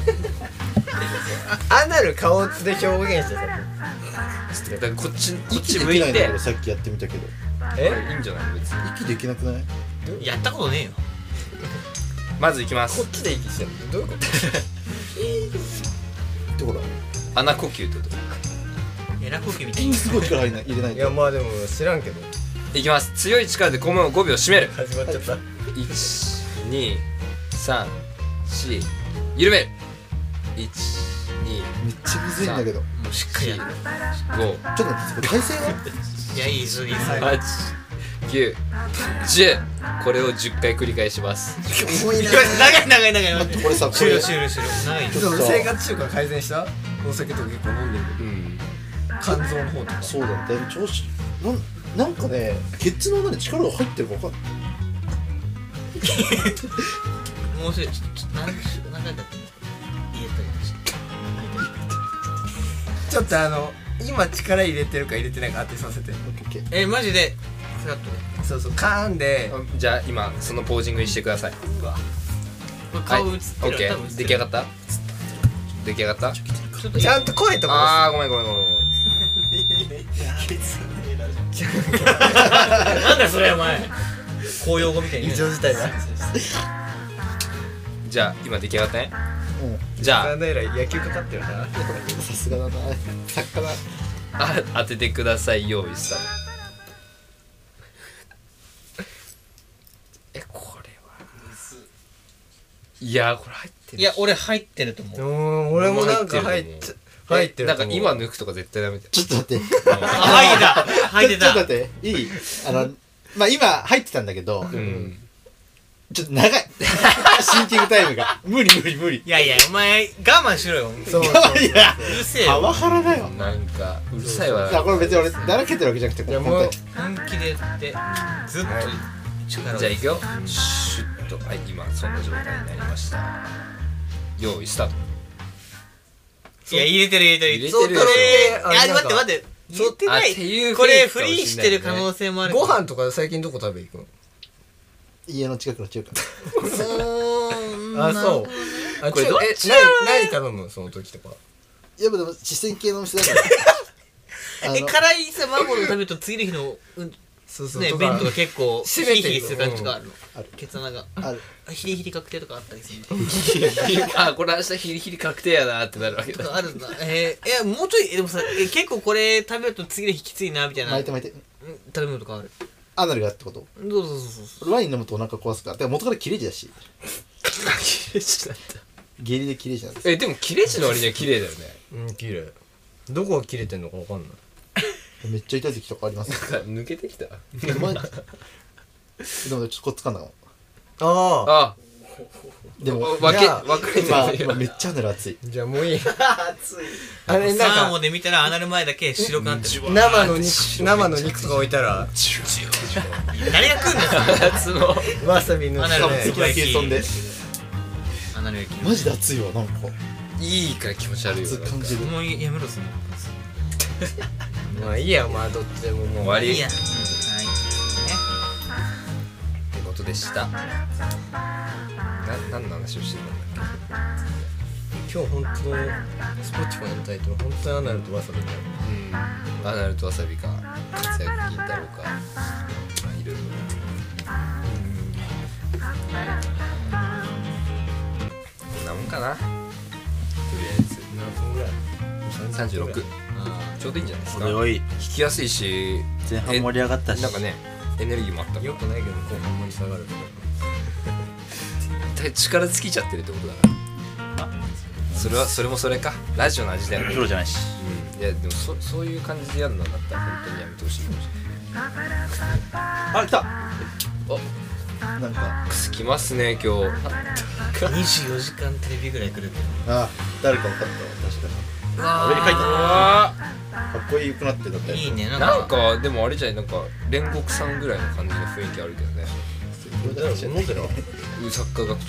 [SPEAKER 4] アナル顔つで表現してさ
[SPEAKER 1] だからこっちこっ
[SPEAKER 2] 息
[SPEAKER 1] ち
[SPEAKER 2] で
[SPEAKER 1] 向い
[SPEAKER 2] きないんだ
[SPEAKER 1] て
[SPEAKER 2] けどさっきやってみたけど
[SPEAKER 4] え
[SPEAKER 1] いいんじゃない別に
[SPEAKER 2] 息できなくない
[SPEAKER 3] やったことねえよ
[SPEAKER 1] まずいきま
[SPEAKER 4] こ
[SPEAKER 1] す
[SPEAKER 4] っちで息してるどうい うこと
[SPEAKER 2] ってほら
[SPEAKER 1] 穴呼吸ってこと
[SPEAKER 3] えら呼吸みた
[SPEAKER 2] 息
[SPEAKER 3] いに
[SPEAKER 2] にすごい力入れない入れない
[SPEAKER 4] い
[SPEAKER 2] と
[SPEAKER 4] やまあでも知らんけど
[SPEAKER 1] いきます強い力で肛門を5秒締める
[SPEAKER 4] 始まっちゃった
[SPEAKER 1] 1234緩める
[SPEAKER 2] めっちゃむずいんだけどち
[SPEAKER 3] もうしっかりやる
[SPEAKER 2] ょっと待ってこれ体勢はい
[SPEAKER 3] やいいですいいです
[SPEAKER 1] 123458910これを10回繰り返します
[SPEAKER 4] 重いな
[SPEAKER 3] 長い長い長い
[SPEAKER 2] 待ってこれさこ
[SPEAKER 3] 終
[SPEAKER 2] れ
[SPEAKER 3] 了終了終了長いよ
[SPEAKER 2] ちょっと
[SPEAKER 4] 生活習慣改善したお酒とか結構飲んでる
[SPEAKER 1] うん
[SPEAKER 4] けど肝臓の方とか
[SPEAKER 2] そうだねだいぶ調子なんなんかねケツの穴に力が入ってるか分かんない
[SPEAKER 3] 面白いちょっとちょっと何週何回だって言えたじゃないですか
[SPEAKER 4] ちょっとあの今力入れてるか入れてないか当てさせて
[SPEAKER 2] オッケーオッケー
[SPEAKER 3] えマジでフラットで
[SPEAKER 4] そうそうカーンで
[SPEAKER 1] じゃあ今そのポージングにしてください
[SPEAKER 3] これ
[SPEAKER 1] はい
[SPEAKER 3] 顔
[SPEAKER 1] オ
[SPEAKER 3] 映って
[SPEAKER 1] ッ
[SPEAKER 3] る
[SPEAKER 1] ケ
[SPEAKER 3] 多分映
[SPEAKER 1] ー
[SPEAKER 3] っ
[SPEAKER 1] 出
[SPEAKER 3] て
[SPEAKER 1] 来
[SPEAKER 3] る
[SPEAKER 1] 上がった出来上がった
[SPEAKER 3] ちょっといい
[SPEAKER 4] ちゃんと声とか
[SPEAKER 1] あーごめんごめんごめんごめん
[SPEAKER 3] なんだよそれお前公用語みたいに
[SPEAKER 4] 異
[SPEAKER 3] 言う
[SPEAKER 4] 常事態だ
[SPEAKER 1] じゃあ今出来上がったね
[SPEAKER 2] うん
[SPEAKER 1] じゃあ
[SPEAKER 4] なんだより野球かかってるな
[SPEAKER 2] さすがだな作家だ
[SPEAKER 1] あ当ててください用意したえこれはいやこれ入ってる
[SPEAKER 3] いや俺入ってると 思う
[SPEAKER 4] うん俺もなんか入っちゃ入ってる
[SPEAKER 1] なんか今抜くとか絶対ダメだよ
[SPEAKER 2] ちょっと待って
[SPEAKER 3] あ入ってた入って
[SPEAKER 2] ちょっと
[SPEAKER 3] た
[SPEAKER 2] 待っていいあのまあ今入ってたんだけど
[SPEAKER 1] うん
[SPEAKER 2] ちょっと長いシンキングタイムが無理無理無理
[SPEAKER 3] いやいやお前我慢しろよ
[SPEAKER 4] そうそう
[SPEAKER 2] いや
[SPEAKER 3] うるせえ
[SPEAKER 2] パ
[SPEAKER 3] よ
[SPEAKER 2] ワハラだよ
[SPEAKER 1] なんかうるさい
[SPEAKER 2] いや
[SPEAKER 1] わ
[SPEAKER 2] これ別に俺だらけてるわけじゃなくて
[SPEAKER 4] いや
[SPEAKER 2] 本当
[SPEAKER 4] もう
[SPEAKER 2] に
[SPEAKER 3] 本気でやってずっと力を
[SPEAKER 1] じゃあいくよシュッとはい今そんな状態になりました用意スター ト
[SPEAKER 3] いや入れてる入れてる
[SPEAKER 1] 入れ
[SPEAKER 4] そう
[SPEAKER 1] て
[SPEAKER 4] そ
[SPEAKER 1] る
[SPEAKER 4] れ
[SPEAKER 1] よ
[SPEAKER 4] で
[SPEAKER 3] あ待って待
[SPEAKER 4] て
[SPEAKER 3] って入れてな
[SPEAKER 1] あってい
[SPEAKER 3] いうこれ
[SPEAKER 1] フ
[SPEAKER 3] フ
[SPEAKER 1] ェイクかもしれないね
[SPEAKER 3] リーしてる可能性もある
[SPEAKER 4] ご飯とか最近どこ食べ行くの
[SPEAKER 2] 家の近くの中華
[SPEAKER 4] あそうあ
[SPEAKER 1] これ
[SPEAKER 4] ちょ
[SPEAKER 1] どっ
[SPEAKER 4] え
[SPEAKER 1] ち
[SPEAKER 4] 何何頼むその時とか
[SPEAKER 2] いやでも四川系のお店だからあ
[SPEAKER 3] え
[SPEAKER 2] の
[SPEAKER 3] 辛いさマンゴーの食べると次の日のうん
[SPEAKER 4] そうそう
[SPEAKER 3] ね、弁当が結構ヒ
[SPEAKER 4] 締
[SPEAKER 3] リ
[SPEAKER 4] め
[SPEAKER 3] ヒ
[SPEAKER 4] てる
[SPEAKER 3] リする感じとかあるの
[SPEAKER 2] ある
[SPEAKER 3] ケツ穴が
[SPEAKER 2] ある
[SPEAKER 3] ヒリヒリ確定とかあったりする
[SPEAKER 1] あこれ明日ヒリヒリ確定やなってなるわけ
[SPEAKER 3] と
[SPEAKER 1] だ
[SPEAKER 3] かあるんだえー、いやもうちょいえでもさえ結構これ食べると次の日きついなみたいな
[SPEAKER 2] 巻いて
[SPEAKER 3] ん
[SPEAKER 2] 巻いて
[SPEAKER 3] 食べ物とかある
[SPEAKER 2] アナルがってこと
[SPEAKER 3] そうそうそうそ
[SPEAKER 2] 俺ワイン飲むとお腹壊すからでも元から切れ字だし
[SPEAKER 1] 綺麗じゃない
[SPEAKER 2] 下痢で切れ字なんです
[SPEAKER 1] えでも切れ字の割には綺麗だよね
[SPEAKER 4] うん綺麗どこが切れてんのかわかんない
[SPEAKER 2] めっちゃ痛い時とかあります
[SPEAKER 1] 抜けてきた
[SPEAKER 2] お前でもちょっとこっつかんだも
[SPEAKER 1] あ
[SPEAKER 4] ああ
[SPEAKER 2] んでも
[SPEAKER 1] 分け
[SPEAKER 4] じゃあ
[SPEAKER 1] 分かれて
[SPEAKER 2] 今
[SPEAKER 1] る
[SPEAKER 2] 今めっちゃアナル熱い
[SPEAKER 4] じゃあもういい
[SPEAKER 5] 熱い。
[SPEAKER 4] あ
[SPEAKER 3] う
[SPEAKER 4] れ
[SPEAKER 3] サー
[SPEAKER 4] なん
[SPEAKER 3] モ
[SPEAKER 4] か
[SPEAKER 3] ンで見たらアナル前だけ白くなってる
[SPEAKER 4] 生の肉生の肉とか置いたら
[SPEAKER 3] 誰が食うんだよ
[SPEAKER 1] 夏の
[SPEAKER 4] わさび塗っ
[SPEAKER 3] アナ
[SPEAKER 4] て
[SPEAKER 3] ルの
[SPEAKER 2] 次
[SPEAKER 3] 焼
[SPEAKER 2] は
[SPEAKER 3] き
[SPEAKER 2] 計算で
[SPEAKER 3] アナル焼き
[SPEAKER 2] マジで熱いわなんか
[SPEAKER 1] いいから気持ち悪いよ
[SPEAKER 2] 熱く感じる
[SPEAKER 3] もうやめろその
[SPEAKER 4] まあいいやまあどっちでももう
[SPEAKER 1] 終わ
[SPEAKER 3] い
[SPEAKER 1] り
[SPEAKER 3] いや、
[SPEAKER 1] っ
[SPEAKER 3] うんは
[SPEAKER 1] てことでしたな何の話をしてたんだっ
[SPEAKER 4] 今日本当スポッチファイのタイトル本当にアナルとわさびになる
[SPEAKER 1] けうんアナルとわさびか活躍金太郎かまあいろいろこんなもんかなとりあえず
[SPEAKER 4] 何分ぐらい
[SPEAKER 1] 36ちょうどいいんじゃないですか
[SPEAKER 9] れ
[SPEAKER 1] 弾
[SPEAKER 9] をいい
[SPEAKER 1] きやすいし
[SPEAKER 9] 前半盛り上がったし
[SPEAKER 1] なんかねエネルギーもあった
[SPEAKER 4] よくないけど後半盛り下がるけど
[SPEAKER 1] 体力尽きちゃってるってことだからそれはそれもそれかラジオの味だよね
[SPEAKER 9] プロじゃないし
[SPEAKER 1] うんいやでもそそういう感じでやるのだったら本当にやめてほしいかもし
[SPEAKER 9] あ来た
[SPEAKER 2] なんか
[SPEAKER 1] れない来ますね今日あ
[SPEAKER 3] い24時間テレビぐらい来るけど
[SPEAKER 2] ああ誰か分かったわ確か
[SPEAKER 3] 上
[SPEAKER 2] に書いて
[SPEAKER 1] あ
[SPEAKER 2] にかっこいいくなってたって
[SPEAKER 3] いいねなんか
[SPEAKER 1] なんかでもあれじゃないなんか煉獄さんぐらいの感じの雰囲気あるけどね
[SPEAKER 4] 飲んでる
[SPEAKER 1] うん作家楽器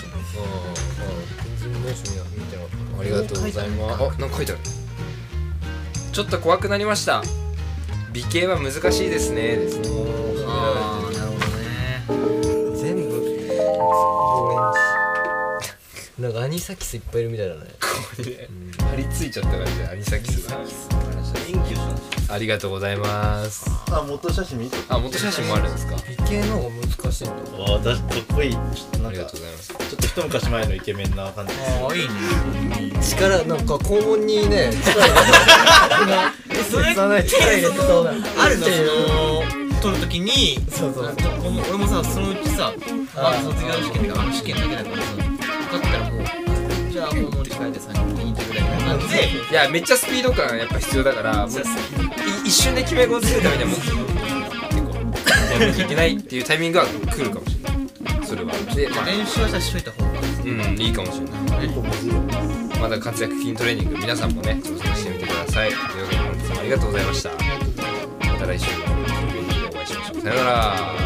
[SPEAKER 4] 全然しみ見てなか
[SPEAKER 1] あ
[SPEAKER 4] っ
[SPEAKER 1] りがとうございますあなんか書いてあるちょっと怖くなりました美形は難しいですねですね
[SPEAKER 3] ああなるほどね
[SPEAKER 4] た全部オレンジなんかアニサキスいっぱいいるみたいだね
[SPEAKER 1] これ張り付いちゃった感じでアニサキスがありがとうございます
[SPEAKER 2] あ元写真見て
[SPEAKER 1] あ元写真もあるんですか
[SPEAKER 4] 美形の方が難しいんだ
[SPEAKER 9] わあだかっこいいちょっと
[SPEAKER 1] あ
[SPEAKER 9] なん
[SPEAKER 1] りが
[SPEAKER 9] か
[SPEAKER 1] とうございます
[SPEAKER 9] ちょっと一昔前のイケメンな感じ
[SPEAKER 3] ああいいね
[SPEAKER 4] 力なんか肛門にね力
[SPEAKER 3] えそれ
[SPEAKER 4] がない力入れてそうな
[SPEAKER 3] あるのその撮るときに
[SPEAKER 4] そうそう
[SPEAKER 3] なんかこの俺もさそのうちさまだ卒業試験とかあの試験だけだからさ受かったらもうじゃあもう持ち帰って3人いてぐらいな感じで
[SPEAKER 1] いやめっちゃスピード感やっぱ必要だからもうい一瞬で決め事するためにはもう結構やめなきゃいけないっていうタイミングが来るかもしれないそれはでまあ
[SPEAKER 3] 練習はさしといた方が
[SPEAKER 1] うんいいかもしれないまだ活躍筋トレーニング皆さんもね挑戦してみてくださいというわけで本日もありがとうございましたまた来週のトレーニングでお会いしましょうさよなら